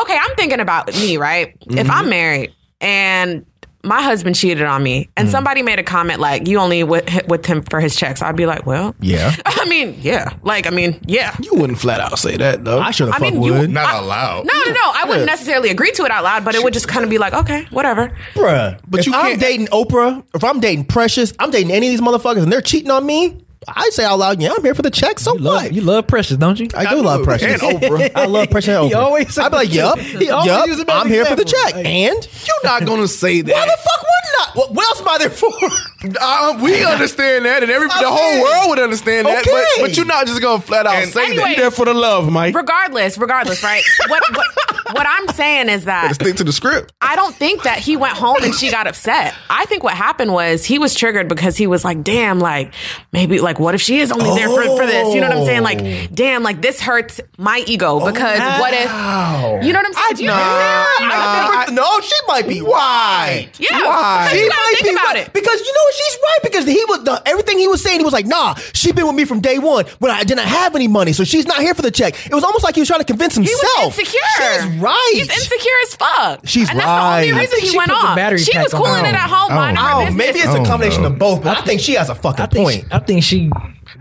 okay i'm thinking about me right if i'm married and my husband cheated on me and somebody made a comment like you only with, with him for his checks i'd be like well Yeah. <laughs> i mean yeah like i mean yeah You wouldn't flat out say that though. I should have I fucked mean, you- would. Not allowed. no no no i wouldn't necessarily agree to it out loud but it would just kind of be like okay whatever Bruh. But But if you I'm can't- dating Oprah, if I'm dating Precious, I'm dating any of these motherfuckers and they're cheating on me, I say out loud, yeah, I'm here for the check. So You love, what? you love precious, don't you? I do love Precious. And <laughs> Oprah. I love Precious and He Oprah. always said I'd be like, that yup, too. He always yup, used a bad I'm here for the example. check. Like- and? You're <laughs> not gonna say that. Why the fuck would not? What, what else am I there for? Uh, <laughs> we understand that, and every the whole world would understand that. Okay. But, but you're not just gonna flat out And- say Anyway. that. You there for the love, Mike. regardless regardless right what, what what i'm saying is that Stick to the script. I don't think that he went home and she got upset. I think what happened was he was triggered because he was like, damn, like maybe like what if she is only there for, for this? You know what I'm saying? Oh. Like, damn, like this hurts my ego because what if you know what I'm saying? Do you understand? I I don't never- no, she might be right. think- yeah, Why? She you gotta might think be about right. it. Because you know what? She's right. Because he was the, everything he was saying. He was like, "Nah, she been with me from day one when I didn't have any money, so she's not here for the check." It was almost like he was trying to convince He himself. was insecure. She's right. He's insecure as fuck. She's and that's the right. only I reason think he she went put the off. battery She pack was on. cooling it at home, Oh. minding her Oh, business. maybe it's a combination of both. But I think she has a fucking I think point. she, I think she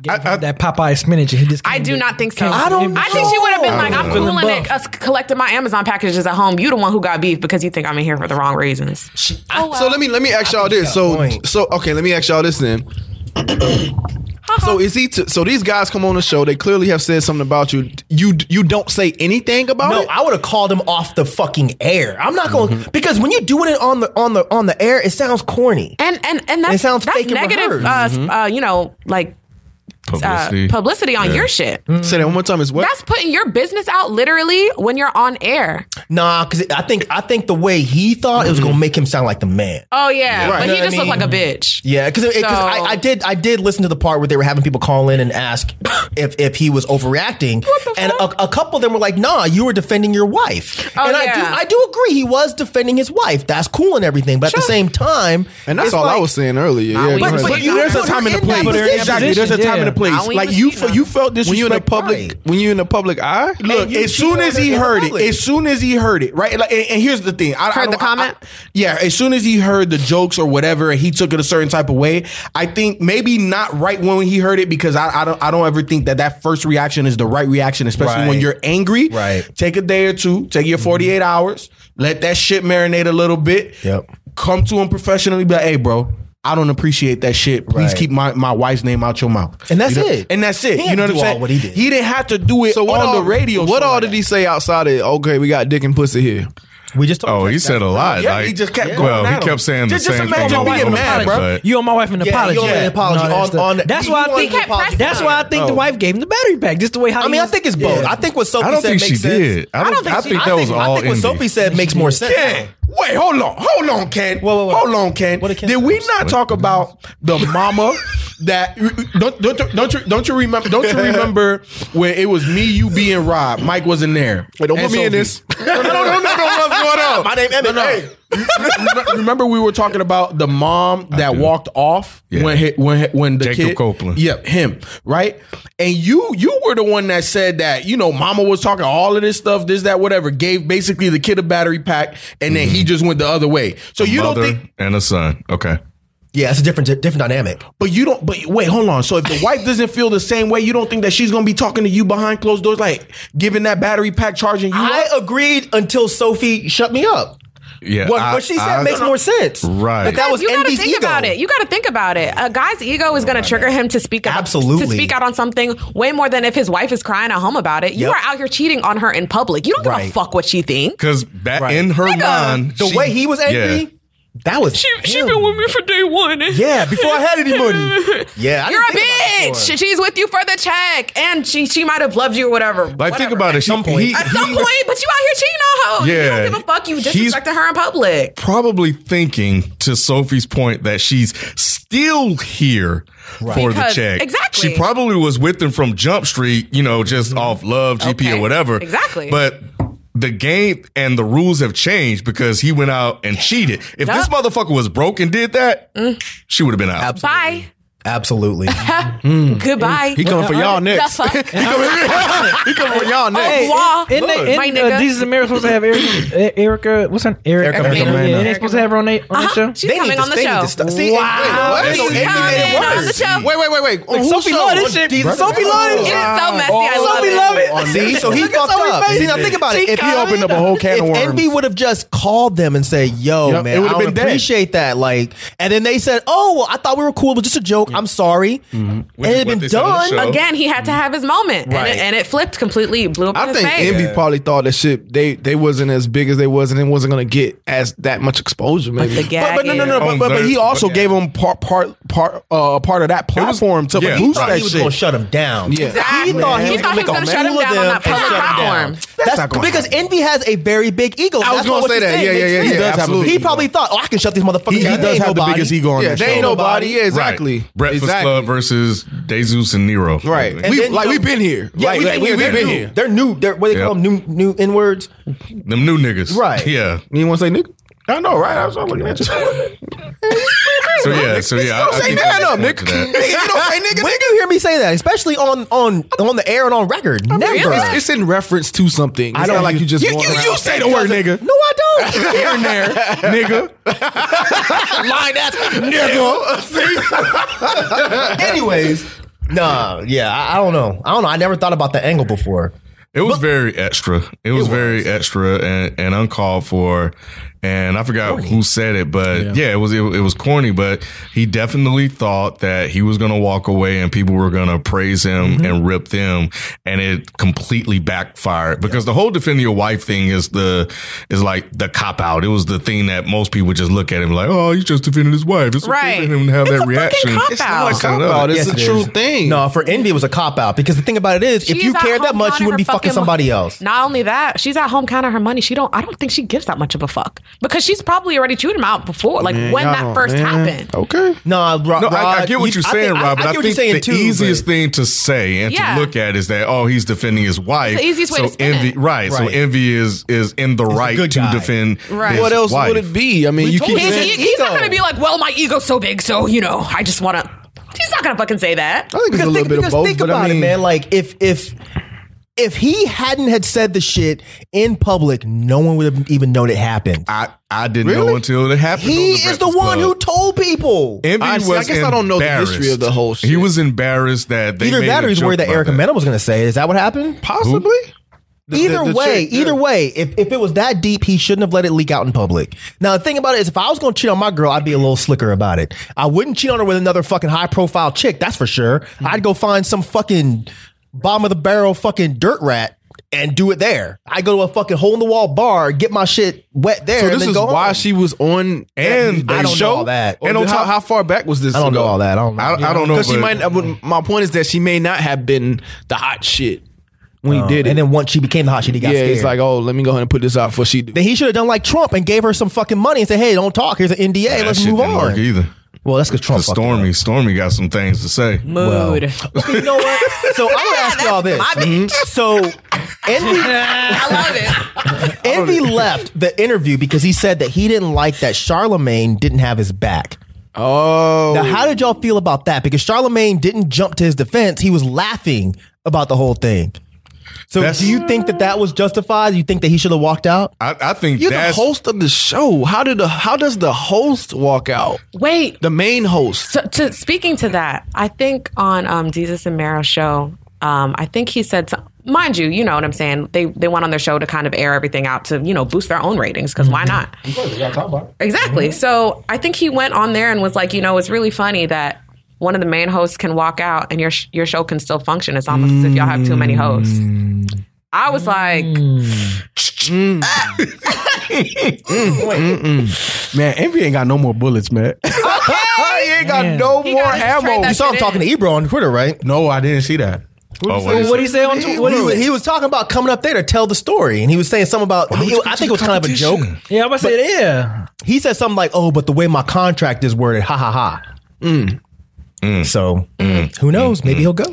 gave I- him that Popeye spinach and he just. I came do to- not think so. came I to don't him and I know. think she would have been I like, don't I'm know. cooling it, Feeling us collecting my Amazon packages at home. You the one who got beef because you think I'm in here for the wrong reasons. So let me let me ask y'all this. got a So point. so okay, let me ask y'all this then. so is he? T- so these guys come on the show. They clearly have said something about you. You you don't say anything about No, it. I would have called him off the fucking air. I'm not going Mm-hmm. to because when you're doing it on the on the on the air, it sounds corny. And and and that's, It sounds that's fake and negative. rehearsed. Mm-hmm. Uh, s- uh, you know, like uh, Publicity. publicity. on your shit. Mm-hmm. Say that one more time. Is what? That's putting your business out literally when you're on air. Nah, because I think I think the way he thought it was Mm-hmm. going to make him sound like the man. Oh yeah, Right. but You he know just what I looked like mean? a bitch. Yeah, because So- I, I did I did listen to the part where they were having people call in and ask <coughs> if if he was overreacting, and a, a couple of them were like, "Nah, you were defending your wife." Oh, and yeah. I do I do agree he was defending his wife. That's cool and everything, but at the same time, and that's it's all I like- was saying earlier. Nah, yeah, we- go ahead. but But you you, there's a put her time and a in that place. position. Exactly. There's a Yeah. time and a I don't place. even Like see you, fe- none. you felt disrespect. when you in the public, Right. when you in the public eye, Look, you as soon cheated as on he her in heard public. it, as soon as he heard it, right? Like, and, and here's the thing: I, I Heard don't- the comment? I- yeah, as soon as he heard the jokes or whatever, and he took it a certain type of way. I think maybe not right when he heard it because I, I don't, I don't ever think that that first reaction is the right reaction, especially Right. when you're angry. Right. Take a day or two. Take your 48 Mm-hmm. hours. Let that shit marinate a little bit. Yep. Come to him professionally. Be like, hey, bro. I don't appreciate that shit. Please Right. keep my, my wife's name out your mouth. And that's You know- it. And that's He it. had you to know what I'm do all saying? what he did. He didn't have to do it so what on all, the radio. What show all like did that. he say outside of okay? We got dick and pussy here. we just Oh, talked he about said that. a lot. Yeah, like, he just kept Well, going he at him. kept saying Just- the just same imagine thing. being over and mad, over, bro. but- You owe my wife an Yeah, apology. you owe me an Yeah. apology. No, that's On- on- the- that's you- why you I owe think me an apology. that's why I think the wife gave him the battery pack. Just the way how I he mean, I was- think it's both. Yeah. I think what Sophie I don't said think makes she sense. did. I don't. I she- think that was I all think what Sophie envy. said makes more sense. <laughs> Ken, wait, hold on, hold on, Ken. Whoa, whoa, whoa. Hold on, Ken. What did Ken Did we say? not talk about the mama that don't don't you- don't you don't you remember don't you <laughs> remember when it was me, you, B, and Rob? Mike wasn't there. Wait, don't And put me in Sophie. this. <laughs> No, no, no, no, no, no. What's going on? My name Emmett. Hey. Remember- remember we were talking about the mom that do. walked off Yeah. when he, when he- when the Jacob kid, Copeland. Yep, him right. And you you were the one that said that you know Mama was talking all of this stuff, this that whatever. Gave basically the kid a battery pack, and then he just went the other way. So you Mother don't think, and a son. Okay. Yeah, it's a different different dynamic. but you don't. But wait, hold on. So if <laughs> the wife doesn't feel the same way, you don't think that she's gonna be talking to you behind closed doors, like giving that battery pack, charging you. I up? agreed until Sophie shut me up. Yeah. What, I- what she said I- makes more sense. Right. But that was you gotta Envy's think ego. about it. You got to think about it. A guy's ego is going to trigger him to speak out, Absolutely. to speak out on something way more than if his wife is crying at home about it. You Yep. are out here cheating on her in public. You don't give a Right. fuck what she thinks. Because back Right. in her mind, the she- way he was angry, Yeah. that was she. me for day one. Yeah, before I had any <laughs> money. Yeah, I You're a didn't think about it before. bitch. She's with you for the check, and she she might have loved you or whatever. Like, Whatever. think about it. She, some point. he- At some he- point, but you out here cheating on her. Yeah. Yeah. You don't give a fuck. You He's- disrespected her in public. probably thinking to Sophie's point that she's still here for Because- the check. exactly. She probably was with them from Jump Street, you know, just Mm-hmm. off love, GP, Okay. or whatever. Exactly. But the game and the rules have changed because he went out and cheated. If this Yup. Mm. motherfucker was broke and did that, she would have been out. Bye. Absolutely. <laughs> Goodbye. He coming for y'all the <laughs> next. fuck? He coming for y'all next. Hey, Wah. in, in, the, My in uh, nigga. These Is America supposed to have Erica, Erica what's her Erica, Erica Mena. Mena. Yeah, they supposed to have her on, they, on Uh-huh. the show? She's coming on the show. wow. She's coming on the show. Wait, wait, wait, wait. On Like, who Sophie show? Law, On this shit. D- Sophie Law, It this is shit. so messy. I love Sophie it. love it. See, so he Look at fucked Sophie up. Face. See, now think about it. She If he got opened it. up a whole can if of worms. Envy would have just called them and say, "Yo, Yep, it man, I would've don't been dead. appreciate that," like, and then they said, "Oh, well, I thought we were cool, but just a joke. I'm sorry," and it is had what been they said on the done. show. Again, he had to have his moment, and, Right. it, and it flipped completely, blew up in I his think face. Envy probably thought that shit they they wasn't as big as they was and it wasn't gonna get as that much exposure. Maybe. the gag But, but no, no, no. is- But, but, but he also gave him part, part, part, uh, part of that platform to yeah, boost right. that He was shit. gonna shut him down. Yeah. He thought he He was thought gonna he make was a gonna shut him fool of down them on that and shut him public platform. down. That's not gonna because Envy has a very big ego. I was That's gonna what say you're that. saying Yeah, makes yeah, yeah, sense. yeah, He absolutely. probably thought, "Oh, I can shut these motherfuckers He, he down. They does ain't have the nobody." biggest ego on Yeah, that they show. ain't nobody. Yeah, Right. exactly. Breakfast exactly. Club versus Jesus and Nero. Right. Like, we, then like the- we've been here. Yeah, like, we, like, we, they're have been new. here. They're new. They're what they call Yep. them new new n words. Them new niggas. Right. Yeah. You want to say nigga? I know, right? I was looking at you. So yeah. So yeah. Don't say that up, there's nigga. a point to that. <laughs> Nigga, you don't say nigga, When nigga. do you hear me say that? Especially on on on the air and on record. Never. It's, it's in reference to something. It's I don't not like use- you just You- going you- around. you say the word nigga. No, I <laughs> don't. Here and there, nigga. <laughs> Lying ass <laughs> nigga. Anyways, Nah, yeah, I, I don't know. I don't know. I never thought about the angle before. It was very extra. It was, very extra and, and uncalled for. And I forgot who said it, but yeah, it was it, it was corny. But he definitely thought that he was going to walk away and people were going to praise Mm-hmm. him and rip them, and it completely backfired because the whole defend your wife thing is the is like the cop out. It was the thing that most people just look at him like, oh, he's just defending his wife. It's Right. okay for him to have It's a that fucking reaction. cop It's out. not It's a cop out. it's Yes, a it true is. thing. No, for Envy it was a cop out because the thing about it is, if She's you at cared that home much, you counting wouldn't be her fucking mo- somebody else. Not only that, she's at home counting her money. She don't. I don't think she gives that much of a fuck because she's probably already chewed him out before, like when y'all that don't- first man. happened. Okay. Nah, Rob. No, I, I get what you- you're saying, think- Rob, but I, get what think you're saying the too, but- easiest thing to say and Yeah. to look at is that oh, he's defending his wife. the easiest way so to spin envy, it. right? So Right. envy is is in the right to good guy. defend. Right. his What else wife. would it be? I mean, you keep He's, saying. he- he's not ego. gonna be like, well, my ego's so big, so you know, I just wanna. He's not gonna fucking say that. I think it's a because little think, bit of because both. think but about I mean, it, man. Like if if if he hadn't had said the shit in public, no one would have even known it happened. I I didn't Really? know until it happened. he on is the Breakfast one Club. who told people. Envy Honestly, I was guess I don't know the embarrassed. history of the whole He shit. was embarrassed that they Either made that or a he's joke worried that about Erica Mena was going to say. Is that what happened? possibly. either the way, chick, yeah. either way, if, if it was that deep, he shouldn't have let it leak out in public. Now the thing about it is, if I was going to cheat on my girl, I'd be a little slicker about it. I wouldn't cheat on her with another fucking high profile chick. That's for sure. Hmm. I'd go find some fucking bottom of the barrel fucking dirt rat. And do it there. I go to a fucking hole in the wall bar, get my shit wet there. So and this then is go why home. she was on And that I don't know show? all that. And on top, how far back was this? I don't know all that. I don't know. I, I don't know. Because she but- might. I would- My point is that she may not have been the hot shit when he did it. and then once she became the hot shit, he got yeah, scared. it's like, oh, let me go ahead and put this out before she. Do. then he should have done like Trump and gave her some fucking money and said, "Hey, don't talk. Here's an NDA. That Let's shit move didn't work on." either. Well, that's because Trump. fucked it up. Stormy, Stormy got some things to say. Mood. You know what? <laughs> So I'm gonna ask y'all this. Mhm. So <laughs> Envy, I love <laughs> it. Envy left the interview because he said that he didn't like that Charlemagne didn't have his back. Oh, Now, how did y'all feel about that? Because Charlemagne didn't jump to his defense; he was laughing about the whole thing. So, That's- do you think that that was justified? You think that he should have walked out? I, I think you're that's the host of the show. How did the how does the host walk out? Wait. The main host. So, to speaking to that, I think on um, Jesus and Mara show, um, I think he said, some, mind you, you know what I'm saying. They they went on their show to kind of air everything out to you know boost their own ratings because why not? Exactly. So I think he went on there and was like, you know, it's really funny that one of the main hosts can walk out and your sh- your show can still function. It's almost as if y'all have too many hosts. I was like, Mm. Man, Envy ain't got no more bullets, <laughs> man. he ain't got no He more gotta just trade ammo. that You saw him shit talking to Ebro on Twitter, right? No, I didn't see that. Oh, what Well, is what do you it? say on Twitter? What He do you was, say? he was talking about coming up there to tell the story, and he was saying something about. I think it was kind of a joke. Yeah, I'm about to say, yeah. He said something like, "Oh, but the way my contract is worded, ha ha ha." So, Mm. who knows? Maybe he'll go.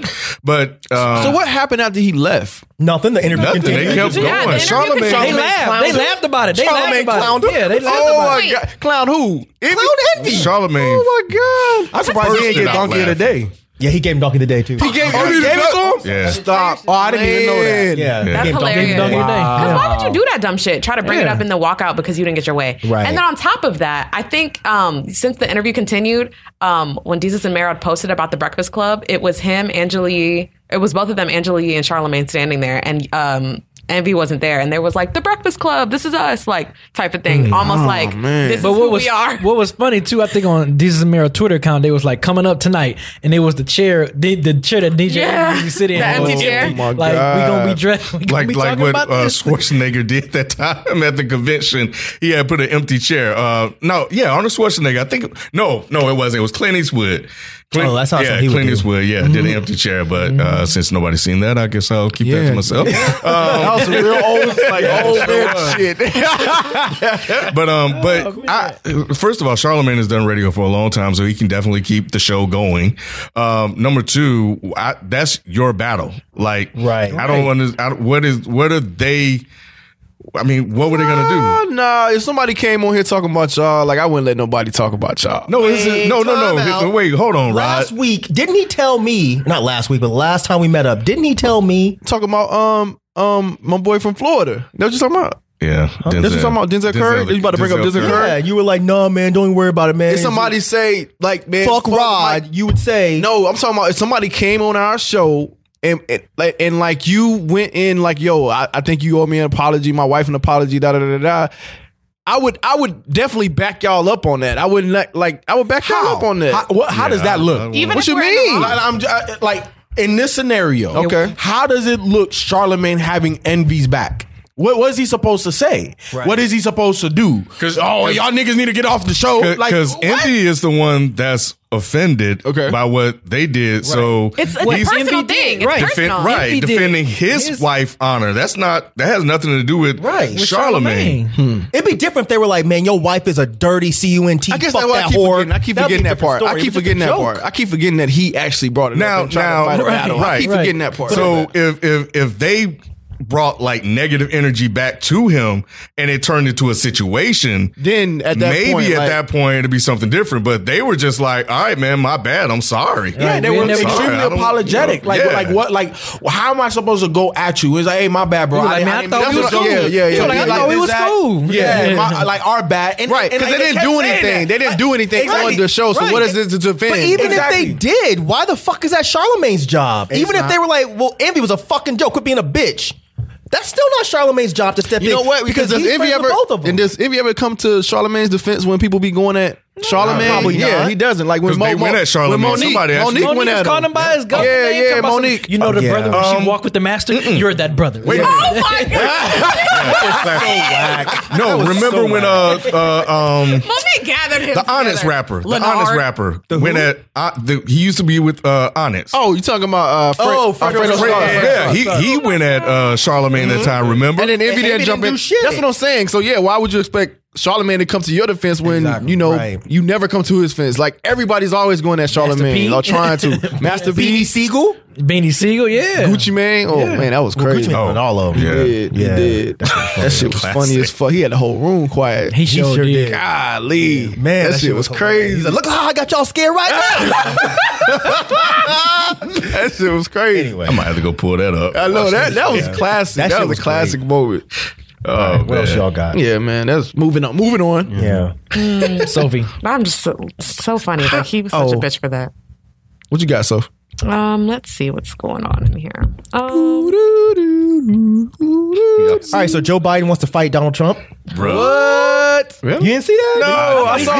But um, So what happened after he left? Nothing. The interview nothing. continued. They kept Yeah, the going. interview Charlemagne. continued. They laughed. They laughed about it. They laughed Charlamagne about it. clowned him? Yeah, they laughed Oh about my it. god, clown who? Envy? Clown Envy. Charlemagne. Oh my god, I'm surprised he First ain't get did not donkey of the day. Yeah, he gave him donkey of the day too. gave, Oh, he did that? to him? Yeah. Stop! Oh, I didn't even know that. Yeah, he That's gave him donkey- hilarious. Donkey of the day. Because why would you do that dumb shit? Try to bring it up in the walkout because you didn't get your way. Right. And then on top of that, I think um, since the interview continued, um, when Jesus and Merrill posted about the Breakfast Club, it was him, Angela Yee. It was both of them, Angela Yee and Charlemagne, standing there, and um, Envy wasn't there, and there was like the Breakfast Club, this is us, like type of thing, Mm. almost Oh, like this But what is who was we are. what was funny too? I think on Jesus and Mero Twitter account, they was like coming up tonight, and it was the chair, the, the chair that DJ Yeah. yeah. sit in, The empty chair. Like Oh my we gonna be dressed, we gonna like be like talking what about uh, this. Schwarzenegger did that time at the convention. He had put an empty chair. Uh, no, yeah, Arnold Schwarzenegger. I think no, no, it wasn't. It was Clint Eastwood. Clint, Oh, that's how yeah, he would Clint do. Mm-hmm. Eastwood. Yeah, did an empty chair. But uh, since nobody's seen that, I guess I'll keep that Yeah. to <laughs> myself. Um, That was real <laughs> old, like old man shit. but um, Oh, but I, first of all, Charlemagne has done radio for a long time, so he can definitely keep the show going. Um, number two, I, that's your battle. Like, Right. I don't want to. What is? What are they? I mean, what were they gonna do? Oh, <laughs> nah, if somebody came on here talking about y'all, like I wouldn't let nobody talk about y'all. No, it's a, no, no, time no. out. Wait, hold on, Rod. Last week, didn't he tell me? Not last week, but the last time we met up, didn't he tell me? talking about um um my boy from Florida. That's what you talking about. Yeah, Denzel. That's what you talking about, Denzel Curry? You about to bring up Denzel Curry? Yeah, you were like, "No, man, don't even worry about it, man." If somebody say like man, fuck, Rod, Mike- you would say no, Oh, I'm talking about if somebody came on our show. And, and like and like you went in like yo I, I think you owe me an apology my wife an apology da da da da da. I would I would definitely back y'all up on that I wouldn't let, like I would back y'all up on that How, what, how does that look? Even if what you we're in the mean? wrong- Like, I'm ju- I- like in this scenario. Okay. How does it look Charlemagne having Envy's back? What was he supposed to say? What is he supposed to do? 'Cause- oh, 'cause- y'all niggas need to get off the show. Like, Because what? Envy is the one that's offended Okay. by what they did. So <laughs> It's- it's a he's- personal Envy thing. did. It's right? personal. <laughs> right, Envy did defending his, his- wife honor. That's not. That has nothing to do with Right, with Charlemagne. it'd be different if they were like, "Man, your wife is a dirty cunt." I guess fuck that's what that I keep whore. forgetting. I keep That'd be forgetting a that different part. story. I It keep was just a forgetting that joke. part. I keep forgetting that he actually brought it Now- up and tried now- to fight a right, battle. I keep right. forgetting that part. So if if if they brought like negative energy back to him and it turned into a situation, then at that maybe point, at like- that point it'd be something different. But they were just like, "All right, man, my bad. I'm sorry." Yeah, they we were ain't never- Sorry, extremely I don't- apologetic. you know, like, yeah. like <laughs> what? Like, well, how am I supposed to go at you? It's like, hey, my bad, bro. You were like, didn't- man, I didn't thought mean we that's was what- cool. Yeah, yeah, You yeah. were like, I yeah, thought we this, was that. cool. Yeah, Yeah. my- like our bad. And, Right, and, because like, they didn't kept do saying anything. that. They didn't do anything Right. on the show. So Right. what is this to defend? But even Exactly. if they did, why the fuck is that Charlemagne's job? even if they were like, "Well, Envy was a fucking joke. Quit being a bitch." That's still not Charlemagne's job to step you in. know what? Because, he's does Envy friends ever with both of them. and does Envy ever come to Charlemagne's defense when people be going at Charlemagne? probably yeah, not. he doesn't. Like 'Cause when Mo, they Mo- went at Charlemagne. when Monique, Somebody actually- Monique, Monique went Monique was at calling him. him by his government Yeah, name, yeah, talking about some- Monique. You know the yeah. brother when Um, she walked with the master. You're that brother. Wait a Yeah. minute. Oh my god! No, remember when uh uh um Monique gathered him. the honest rapper, the honest rapper, the when at uh, the, he used to be with uh honest. Oh, you talking about uh, Fred, Oh, Fredo Alfredo Starr. Starr. yeah, yeah, he he went at uh Charlemagne that time. Remember? Mm-hmm. And then Envy didn't jump do in. shit. That's what I'm saying. So yeah, why would you expect Charlemagne to come to your defense when Exactly, you know right. you never come to his defense. Like everybody's always going at Charlemagne P. or <laughs> trying to. Master P, Siegel? <laughs> Beanie Siegel, yeah. Gucci Mane. Oh man, that was Well, Gucci crazy. Mane won all of them. He Yeah. did. Yeah. He did. That shit was funny as fuck. He had the whole room quiet. He sure did. Golly, Man, that, shit was crazy. He's like, Look how I got y'all scared right now. <laughs> that shit was crazy. anyway, I might have to go pull that up. I know that that was Oh, Yeah. classic. That That, shit was was a classic moment. Oh, what else man. y'all got? Yeah, man. That's moving on. Moving on. Yeah. Sophie. I'm just so, so funny. Like he was such <laughs> a Oh. bitch for that. What you got, Soph? Um, let's see what's going on in here. Um, All right, so Joe Biden wants to fight Donald Trump. <laughs> Bro. You didn't see that? No, I saw.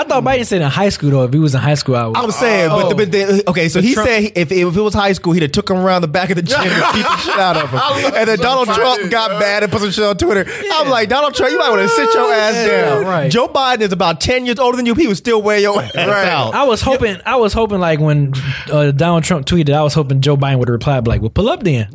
I thought Biden said in high school though. If he was in high school, I would. I'm saying, but, the, but Oh. the, okay, so he Trump- said he- if, if it was high school, he'd have took him around the back of the gym and <laughs> beat the shit out of him. And then Donald Trump got mad and put some shit on Twitter. I'm like, Donald Trump, you might want to sit your ass down. right. Joe Biden is about 10 years older than you. He was still wearing your ass out. I was hoping. I was hoping like when uh, Donald Trump tweeted, I was hoping Joe Biden would reply be like, "Well, pull up then."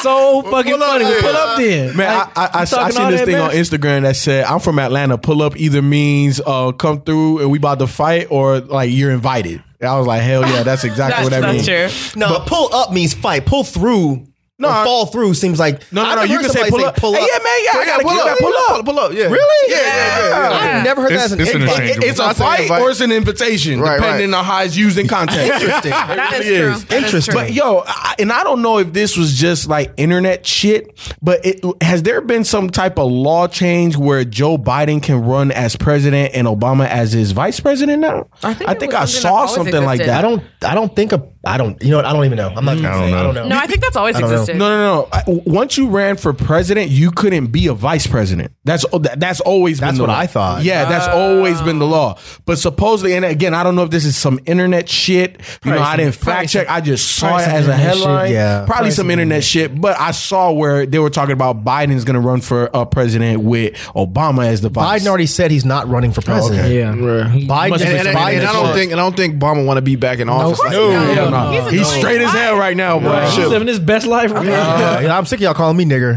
so fucking pull up funny. Well, then. pull up then. Man, Like, I, I, I, I you talking seen all this that thing on mess? Instagram that said, "I'm from Atlanta. Pull up either means uh, come through and we about to fight, or like you're invited." And I was like, "Hell yeah, that's exactly that's, what that that's means." true. No, pull up means fight. Pull through. No, I- fall through seems like No, no, I've no. never You heard can say somebody pull up. Hey, yeah, man, yeah, I gotta pull up. Pull up. Pull up. Yeah. Really? Yeah. yeah, yeah, yeah. I've never heard It's- that as an it's invite. interchangeable. It's a That's an fight invite. or it's an invitation, Right, depending right. on how it's used in <laughs> context. Interesting. That is really true. is. That is Interesting. true. But yo, I, and I don't know if this was just like internet shit, but it, has there been some type of law change where Joe Biden can run as president and Obama as his vice president now? I think I, it think was I saw something that's always something like existed. that. I don't. I don't think. Of, I don't. You know what? I don't even know. I'm not. Mm. Gonna I say. don't I don't know. know. No, I think that's always don't know. existed. No, no, no. I, once you ran for president, you couldn't be a vice president. That's that, that's always That's been the what law. I thought. Yeah, that's always been the law. But supposedly, and again, I don't know if this is some internet shit. You know, I some- didn't probably fact check. some- I just saw probably it some as a internet shit, headline. yeah. probably, some internet shit. But I saw where they were talking about Biden's going to run for a president with Obama as the vice. Biden already said he's not running for president. Oh, Yeah. He Biden, must have been And, and- somebody and I that don't shit. think and I don't think Obama want to be back in office. course like not. that. Hell no. He's a He's annoying straight as guy. hell right now, bro. He's living his best life. Right now. Uh, you know, I'm sick of y'all calling me nigger.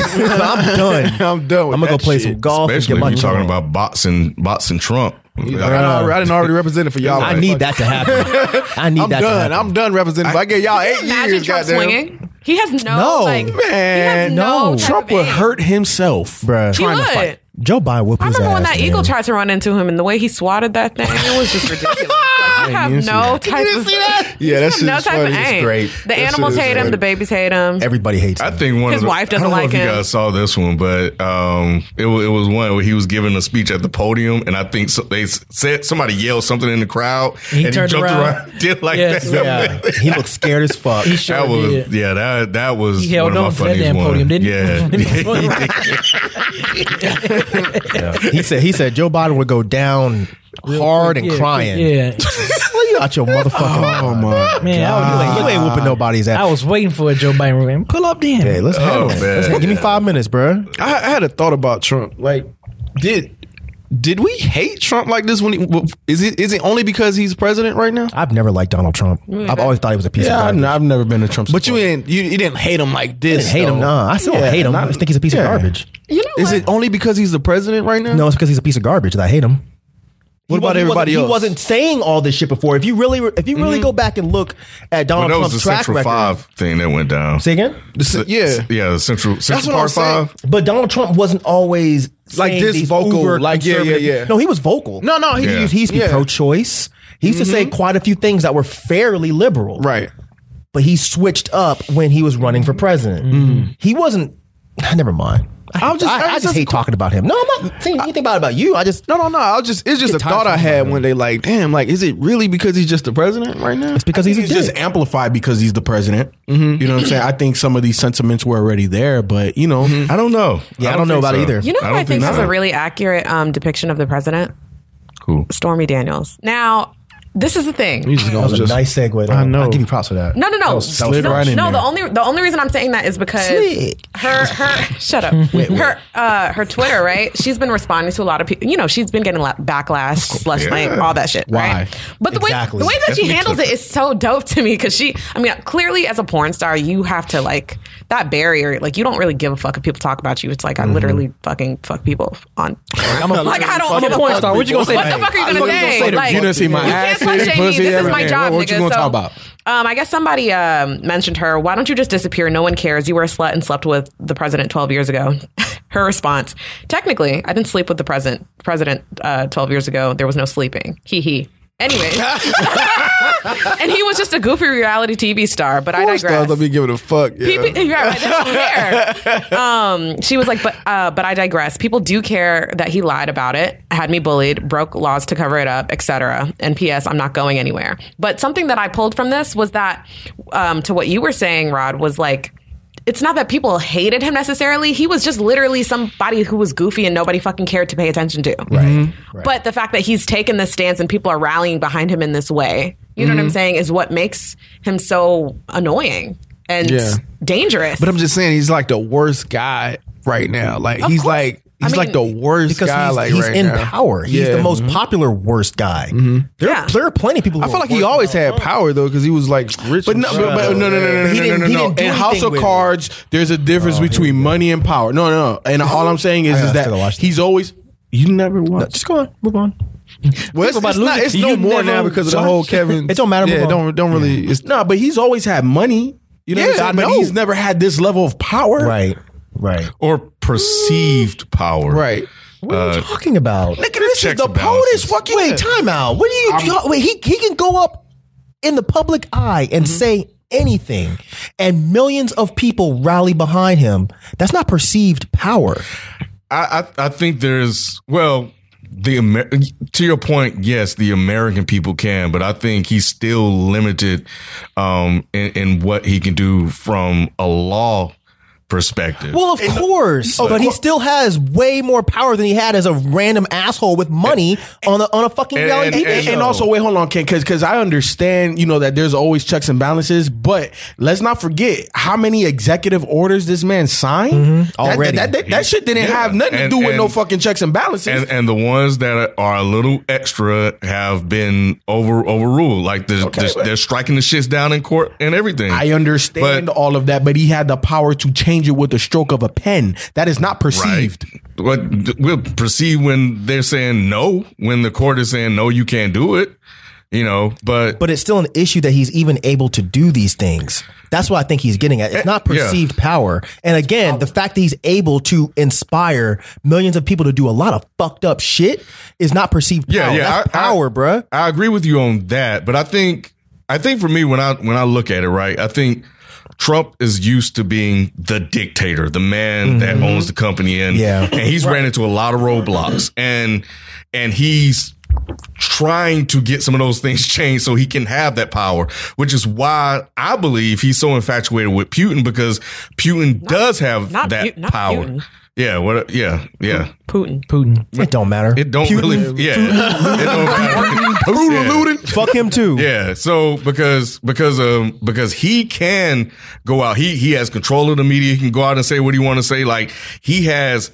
<laughs> I'm done. I'm done. With I'm gonna go that play shit. some golf. and Especially get if my you're talking joint. about boxing, boxing Trump. Uh, I done already- I didn't already represented for <laughs> y'all. I need that to happen. I need I'm that. To done. happen. I'm done representing. If I get y'all eight Imagine years. Trump goddamn. swinging. He has no, No, like, man, He has no, no. type Trump of would aim. hurt himself, Bruh. He trying would. to fight. Joe Biden whooped I his ass. remember when that man. eagle tried to run into him and the way he swatted that thing, it was just ridiculous. Like, you have no type of you Yeah, that have shit is funny. It's great. The That shit animals is hate him. funny. The babies hate him. Everybody hates. I him. think one His of the, wife doesn't I don't know like if you him. guys saw this one, but um, it, wa- it was one where he was giving a speech at the podium, and I think so, they s- said somebody yelled something in the crowd, He and turned he jumped around. around, <laughs> did like Yes, that. Yeah, <laughs> he looked scared as fuck. sure That was <laughs> did. yeah that that was He held one of on my to that funniest damn one. podium, didn't he? <laughs> <laughs> yeah He said. He said Joe Biden would go down hard and Yeah, crying. Yeah. Well, you out your motherfucking. Oh my Man, I was You ain't whooping nobody's ass. I was waiting for a Joe Biden. Man, pull up then. Hey, let's Oh, handle it. man. Let's- give me five minutes, bro. I, I had a thought about Trump. Like, did did we hate Trump like this? When he, is it is it only because he's president right now? I've never liked Donald Trump. I've always thought he was a piece Yeah, of I've, garbage. I've never been a Trump. But you supporter. didn't you, you didn't hate him like this. I hate him. though. Nah, I still Yeah, hate him. not- I just think he's a piece yeah. of garbage. you know Is what? it only because he's the president right now? No, it's because he's a piece of garbage that I hate him. What about he wasn't- everybody he else? Mm-hmm. wasn't saying all this shit before. If you really, if you really go back and look at Well, Donald that was Trump's the track Central record, Five thing that went down. say again. The- yeah. yeah, the Central That's Central what I'm Park saying. Five. But Donald Trump wasn't always Like saying this these vocal, uber like, yeah, yeah, conservative- yeah. No, he was vocal. No, no, he- he Yeah. used, he used to be yeah. Mm-hmm. pro-choice. He used to say quite a few things that were fairly liberal, Right. But he switched up when he was running for president. He wasn't. <sighs> Never mind. I, Mm-hmm. I was just- I, I was I just just hate talking about him. No, I'm not saying anything bad about you. I just No, no, no. I was just it's just a Get tired thought I from had him. one day. Like, damn, like, is it really because he's just the president right now? it's because he's a He's just dick. Mm-hmm. amplified because he's the president. You know what I'm saying? I think some of these sentiments were already there, but you know, I don't know. Mm-hmm. Yeah, I don't know think about so. either. You know I what I, don't think, think that's so. a really accurate um, depiction of the president? Who? Stormy Daniels. Now, this is the thing. That was a nice segue. though. know. I give you props for that. No, no, no. That was- that was no, right in no there. the only the only reason I'm saying that is because Slid. her her <laughs> shut up her uh her twitter right she's been responding to a lot of people you know she's been getting la- backlash slash yeah. like all that shit Why? right but the Exactly. way the way that she That's handles it ridiculous. is so dope to me because she i mean clearly as a porn star you have to like that barrier like you don't really give a fuck if people talk about you it's like i literally fucking fuck people on I'm a, like i don't I'm give a porn star. What you gonna say? what the fuck are you gonna What you gonna say? say to- Like, you done see my you ass, can't touch pussy, Jamie. This is my everything. job. What- what you nigga. gonna so, talk about? Um, I guess somebody um, mentioned her. Why don't you just disappear? No one cares. You were a slut and slept with the president 12 years ago. <laughs> her response: Technically, I didn't sleep with the president. President uh, 12 years ago, there was no sleeping. Hee hee. <laughs> Anyway, <laughs> and he was just a goofy reality TV star. But I digress. Let me give it a fuck. Yeah. People, yeah, right, that's fair. Um, she was like, but uh, but I digress. People do care that he lied about it, had me bullied, broke laws to cover it up, etc. And P.S. I'm not going anywhere. But something that I pulled from this was that um, to what you were saying, Rod, was like. It's not that people hated him necessarily. He was just literally somebody who was goofy and nobody fucking cared to pay attention to. Right. But the fact that he's taken this stance and people are rallying behind him in this way, you know what Mm-hmm. I'm saying, is what makes him so annoying and Yeah. dangerous. But I'm just saying, he's like the worst guy right now. Like he's course. like I he's like the mean- worst because guy. he's, like he's right in now. power. He's Yeah. the most popular worst guy. There, Yeah. there are plenty of people. Who I feel are like he worse always than had power though, because he was like rich. But and no, shit. but, but no, no, no, no, He no, no, didn't- no, he no. didn't do In House anything of with it. Cards, there's a difference Oh, between money and power. No, no, no. <laughs> And all I'm saying is, is gotta still that watch he's always. You never us. No, watched. just go on, move on. Well, it's, about it's not, losing- it's no you more never- now because of the Sorry. whole Kevin. It don't matter, Yeah, move it on. don't don't really. It's No, but he's always had money. You know, Yeah, what I'm saying? I but know. he's never had this level of power. Right, right. What or perceived power. right. are you talking about? Nigga, this is Checks the and balances. POTUS fucking. Wait, time out. What do you? wait, he he can go up in the public eye and say anything, and millions of people rally behind him. That's not perceived power. I, I I think there's well the Amer- to your point, yes, the American people can, but I think he's still limited um, in, in what he can do from a law perspective. Well, of course, Oh, but he still has way more power than he had as a random asshole with money on a on a fucking and- reality TV and- and- show. And No. also, wait, hold on, Ken, because because I understand, you know, that there's always checks and balances, but let's not forget how many executive orders this man signed. That- Already. that, that, that, shit didn't Yeah. have nothing And- to do with no and- fucking checks and balances. and, and the ones that are a little extra have been over overruled. Like they're, they're, they're striking the shits down in court and everything. I understand But- all of that, but he had the power to change it with the stroke of a pen. That is not perceived. Right. What th- we'll perceive when they're saying no, when the court is saying no, you can't do it. You know, but but it's still an issue that he's even able to do these things. That's what I think he's getting at. It's not Eh, yeah. perceived power. And again, the fact that he's able to inspire millions of people to do a lot of fucked up shit is not perceived power. Yeah, yeah, That's I- I- power, bruh. I agree with you on that, but I think I think for me when I when I look at it, right, I think Trump is used to being the dictator, the man that owns the company, and Yeah. and he's ran into a lot of roadblocks, and and he's trying to get some of those things <laughs> changed so he can have that power, which is why I believe he's so infatuated with Putin because Putin does have not that Pu- not power. Putin. Yeah, what? Yeah, yeah. Putin. It don't matter. It don't really. Yeah, it don't matter. Yeah. <laughs> Fuck him too. Yeah, so because because um because he can go out, he he has control of the media. He can go out and say what he want to say. Like he has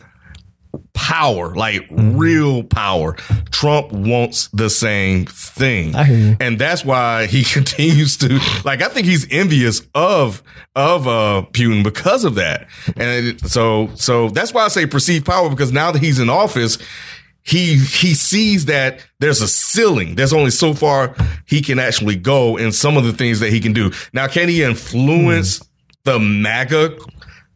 power, like Mm-hmm. real power. Trump wants the same thing, I hear you. and that's why he <laughs> continues to like. I think he's envious of of uh Putin because of that, and it- so so that's why I say perceived power because now that he's in office he he sees that there's a ceiling. There's only so far he can actually go in some of the things that he can do. Now, can he Hmm. influence the MAGA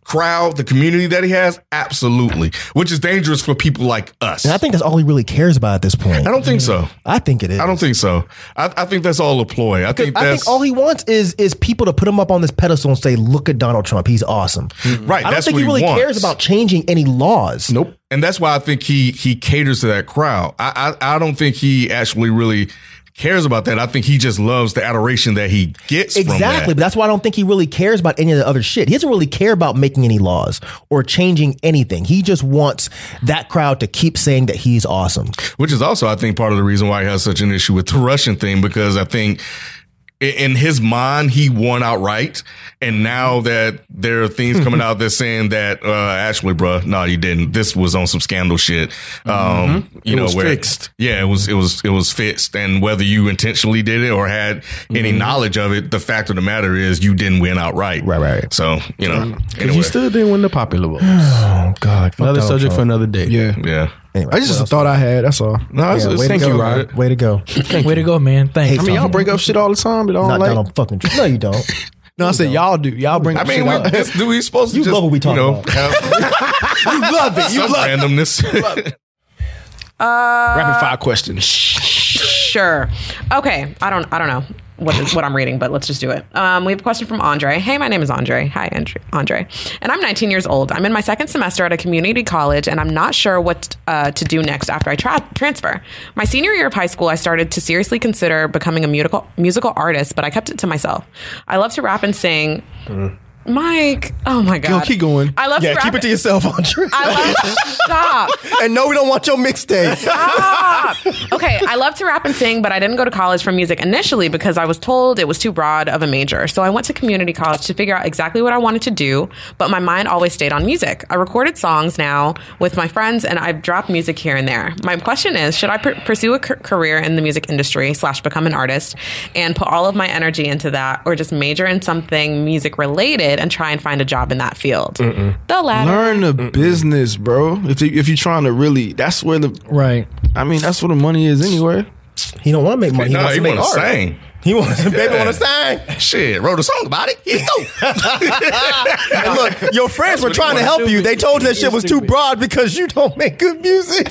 crowd, the community that he has? Absolutely, which is dangerous for people like us. And I think Mm. that's all he really cares about at this point. I don't think so. I think it is. I don't think so. I, I think that's all a ploy. I think that's I think all he wants is is people to put him up on this pedestal and say, "Look at Donald Trump, he's awesome." right. I don't Hmm. that's think what he really wants. cares about changing any laws. Nope. And that's why I think he he caters to that crowd. I I, I don't think he actually really cares about that. I think he just loves the adoration that he gets. from that. Exactly, but that's why I don't think he really cares about any of the other shit. He doesn't really care about making any laws or changing anything. He just wants that crowd to keep saying that he's awesome. which is also I think part of the reason why he has such an issue with the Russian thing because I think i- in his mind he won outright, and now that there are things <laughs> coming out that's saying that uh, actually, bruh, no, you didn't. This was on some scandal shit. Um, You Mm-hmm. It know, was where, fixed. Yeah, it was it was it was fixed, and whether you intentionally did it or had Mm-hmm. any knowledge of it, the fact of the matter is you didn't win outright. Right, right. So you know, Because anyway, you still didn't win the popular <sighs> vote. Oh God, fuck another Donald subject for Trump. another day. Yeah. yeah. Anyway, I just a thought I had. That's all. No, yeah, way thank to go, you, Rod. Way to <laughs> go. Way to go, man. Thanks. I mean, y'all bring up shit all the time, but uh, I Not don't like. Donald fucking Trump. No, you don't. <laughs> No, I said y'all do. Y'all bring. I up shit mean, we, all- that's- we supposed to You just, love what we talking you know, about. <laughs> Have, you love it. You love randomness. rapid fire questions. Sure. Okay. I don't. I don't know what is, what I'm reading, but let's just do it. Um, we have a question from Andre. Hey, my name is Andre. Hi, Andre. Andre, and I'm 19 years old. I'm in my second semester at a community college, and I'm not sure what uh, to do next after I tra- transfer. My senior year of high school, I started to seriously consider becoming a musical musical artist, but I kept it to myself. I love to rap and sing. Mike, oh my God! <laughs> keep going. I love to Yeah, rap keep it to yourself, <laughs> Andre. I love stop. and no, we don't want your <laughs> mixtape. Stop. Okay, I love to rap and sing, but I didn't go to college for music initially because I was told it was too broad of a major. So I went to community college to figure out exactly what I wanted to do, but my mind always stayed on music. I recorded songs now with my friends, and I've dropped music here and there. My question is, should I pr- pursue a c- career in the music industry slash become an artist and put all of my energy into that, or just major in something music related and try and find a job in that field? The latter. Learn the business, bro. If you, if you're trying to really, that's where the. Right. I mean, that's where the money is anywhere. he don't want to make money. no, wants he to make want to art. sing. He wants to baby Yeah. want to sing. Shit, wrote a song about it. Here you <laughs> go. And look, <laughs> your friends were trying to help you. They told you that shit was too broad because you don't make good music.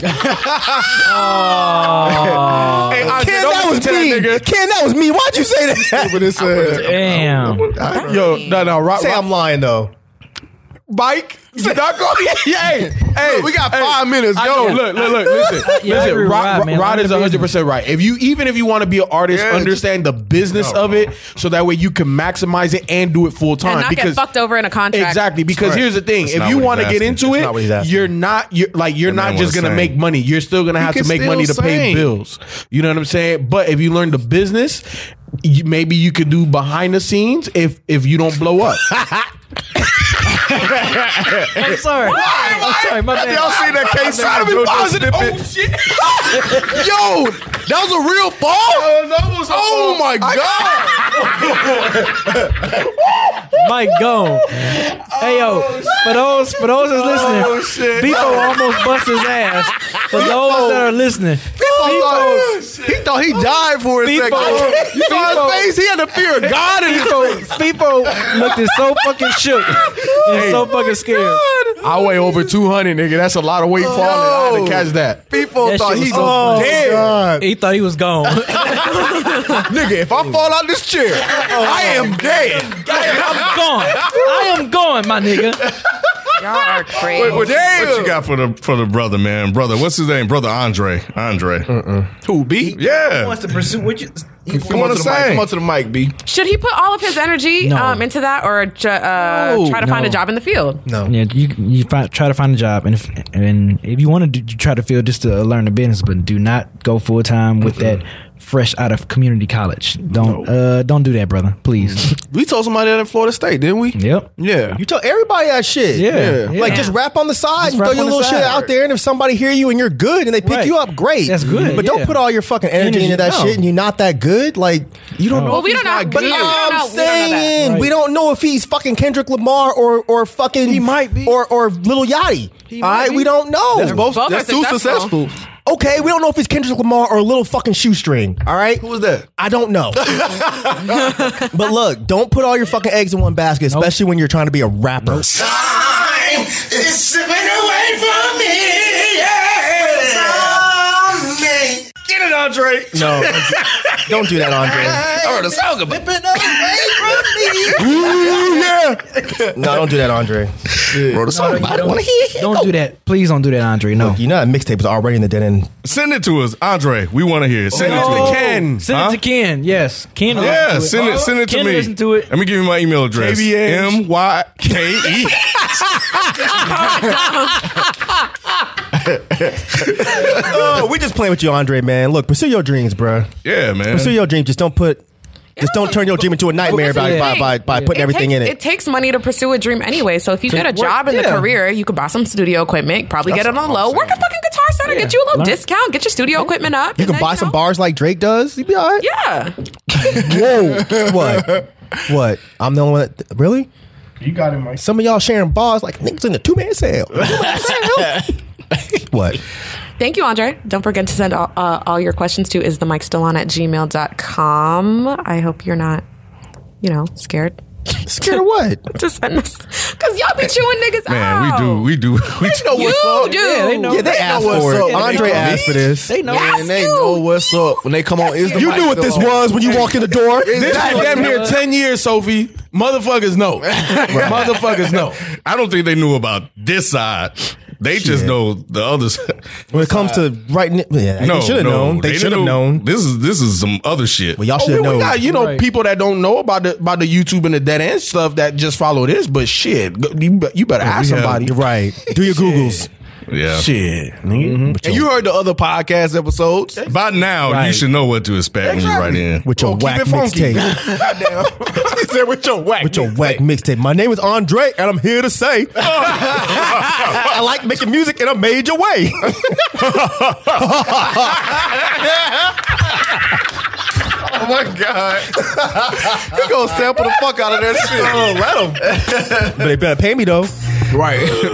hey, I Ken, that was me. Ken, that was me. Why'd you say that? But it's uh, Damn. yo, no, no, rock, say rock I'm lying though. Mike. Did not call <laughs> me. Hey, hey, Look, we got five minutes. Yo, look, look, look. Listen, Yeah, I listen. agree with Rod, Rod, Rod, man. Learn is the one hundred <laughs> percent right. If you even if you want to be an artist, Yeah, understand the business of it, so that way you can maximize it and do it full time. not get fucked over in a contract. Exactly. Because here's the thing: That's if not you what want to he's get asking. into That's it, not what he's asking. you're not. You're like you're The not man just wanna gonna sing. make money. You're still gonna have can to make still money to pay sing. bills. You know what I'm saying? But if you learn the business. You, maybe you can do behind the scenes if if you don't blow up. I'm sorry. <laughs> I'm sorry. My Y'all bad. seen that case Trying to be positive. Oh shit! Yo, that was a real fall. oh my god! Mike, go. Hey yo, for those for those that's listening, Oh, shit. Bifo almost bust his ass. For those that are listening, Oh, He thought- he thought he died for a People- second. You saw people- <laughs> his face. He had the fear of God in his Bifo, Bifo looked so fucking shook and so fucking scared. I weigh over two hundred, nigga. That's a lot of weight falling. I had to catch that. Oh, People That shit thought was he so funny. dead, He thought he was gone. nigga. If I fall out this chair, Oh. I am dead. I'm gone. I am gone, my nigga. <laughs> Y'all are crazy. What, Damn. what you got for the for the brother, man? Brother, what's his name? Brother Andre. Andre. Who B? Yeah. to pursue what you? Come on to to the mic. sing. Come on to the mic, B. Should he put all of his energy No. um, into that, or ju- uh, No. try to find a No. job in the field? No. Yeah, you you fi- try to find a job, and if and if you want to, do, you try to feel just to learn the business, but do not go full time with that fresh out of community college. Don't uh don't do that, brother. Please. We told somebody that in Florida State, didn't we? yep. Yeah. You tell everybody that shit. Yeah. Like Yeah. just rap on the side Just and throw rap your on the little shit side. out there. And if somebody hear you and you're good and they pick Right. you up, great. That's good, But yeah. don't put all your fucking energy, Energy, into that no. shit and you're not that good. Like you don't know. Well, we don't know. But But we don't I'm know. We don't know that. saying Right. we don't know if he's fucking Kendrick Lamar or or fucking he might be. or or Little Yachty. All right, we don't know. That's both. Both are that's too successful. successful. Okay, we don't know if it's Kendrick Lamar or Little fucking Shoestring. All right, Who was that? I don't <laughs> know. but look, don't put all your fucking eggs in one basket, especially when you're trying to be a rapper. time is slipping away from me. From me. Get it, Andre. <laughs> No, don't do that, Andre. I heard a song about it. <laughs> No, don't do that, Andre. Wrote a song about it. Wanna hear it? Don't do that. Please don't do that, Andre. No. You know that mixtape is already in the den end. Send it to us, Andre. We want to hear it. Send it to us. Oh. Ken. Send Huh? it to Ken. Yes, Ken. will listen Yeah, to it. send it. Send it to Ken me. Listen to it. Let me give you my email address. KBH. M Y K <laughs> E. Oh, we just playing with you, Andre, man. Look, pursue your dreams, bruh. Yeah, man. Pursue your dreams. Just don't put Just don't turn your dream into a nightmare by, That's the by, thing. by, by putting everything takes, in it. It takes money to pursue a dream anyway. So if you get a job in the yeah. career, you could buy some studio equipment, probably get it on the low, work a fucking guitar center, get you a little discount, get your studio equipment up. you and can then, buy some know, bars like Drake does. You'd be all right. Yeah. <laughs> Whoa. what? What? I'm the only one that. Really? You got it, Mike. Some of y'all sharing bars like niggas in the two man <laughs> sale. what? Thank you, Andre. Don't forget to send all, uh, all your questions to is the mic still on at gmail.com. I hope you're not, you know, scared Scared of what? <laughs> to send this because y'all be chewing niggas Man, we out. do, we do, we do. You do. Yeah, they asked what's for it. up. Andre They know asked for this. They know. Yes, and they you. know what's up when they come on. Is the You mic knew what this still on? was when you walk in the door. This is damn near ten years, Sophie. Motherfuckers <laughs> know. Motherfuckers know. I don't think they knew about this side. They just know the other side. When it comes to writing, yeah, No, they should have no, known. They, didn't should have know. known. This is this is some other shit. Well, y'all Oh, should have we, we known. got you know people that don't know about the about the YouTube and the dead end stuff that just follow this, but shit, go- you, be- you better ask somebody. You're right. Do your Googles. yeah. Shit, nigga. And you heard the other podcast episodes. By now, you should know what to expect when you write in. With your Keep whack it funky. mixtape. <laughs> Goddamn. he said with your whack. With your whack mixtape. My name is Andre, and I'm here to say <laughs> I like making music in a major <laughs> way. Oh my god! <laughs> He gonna sample the fuck out of that shit. Oh, let him. but they better pay me though. <laughs> Right. All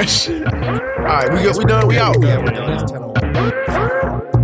right, we, go, we done. We out.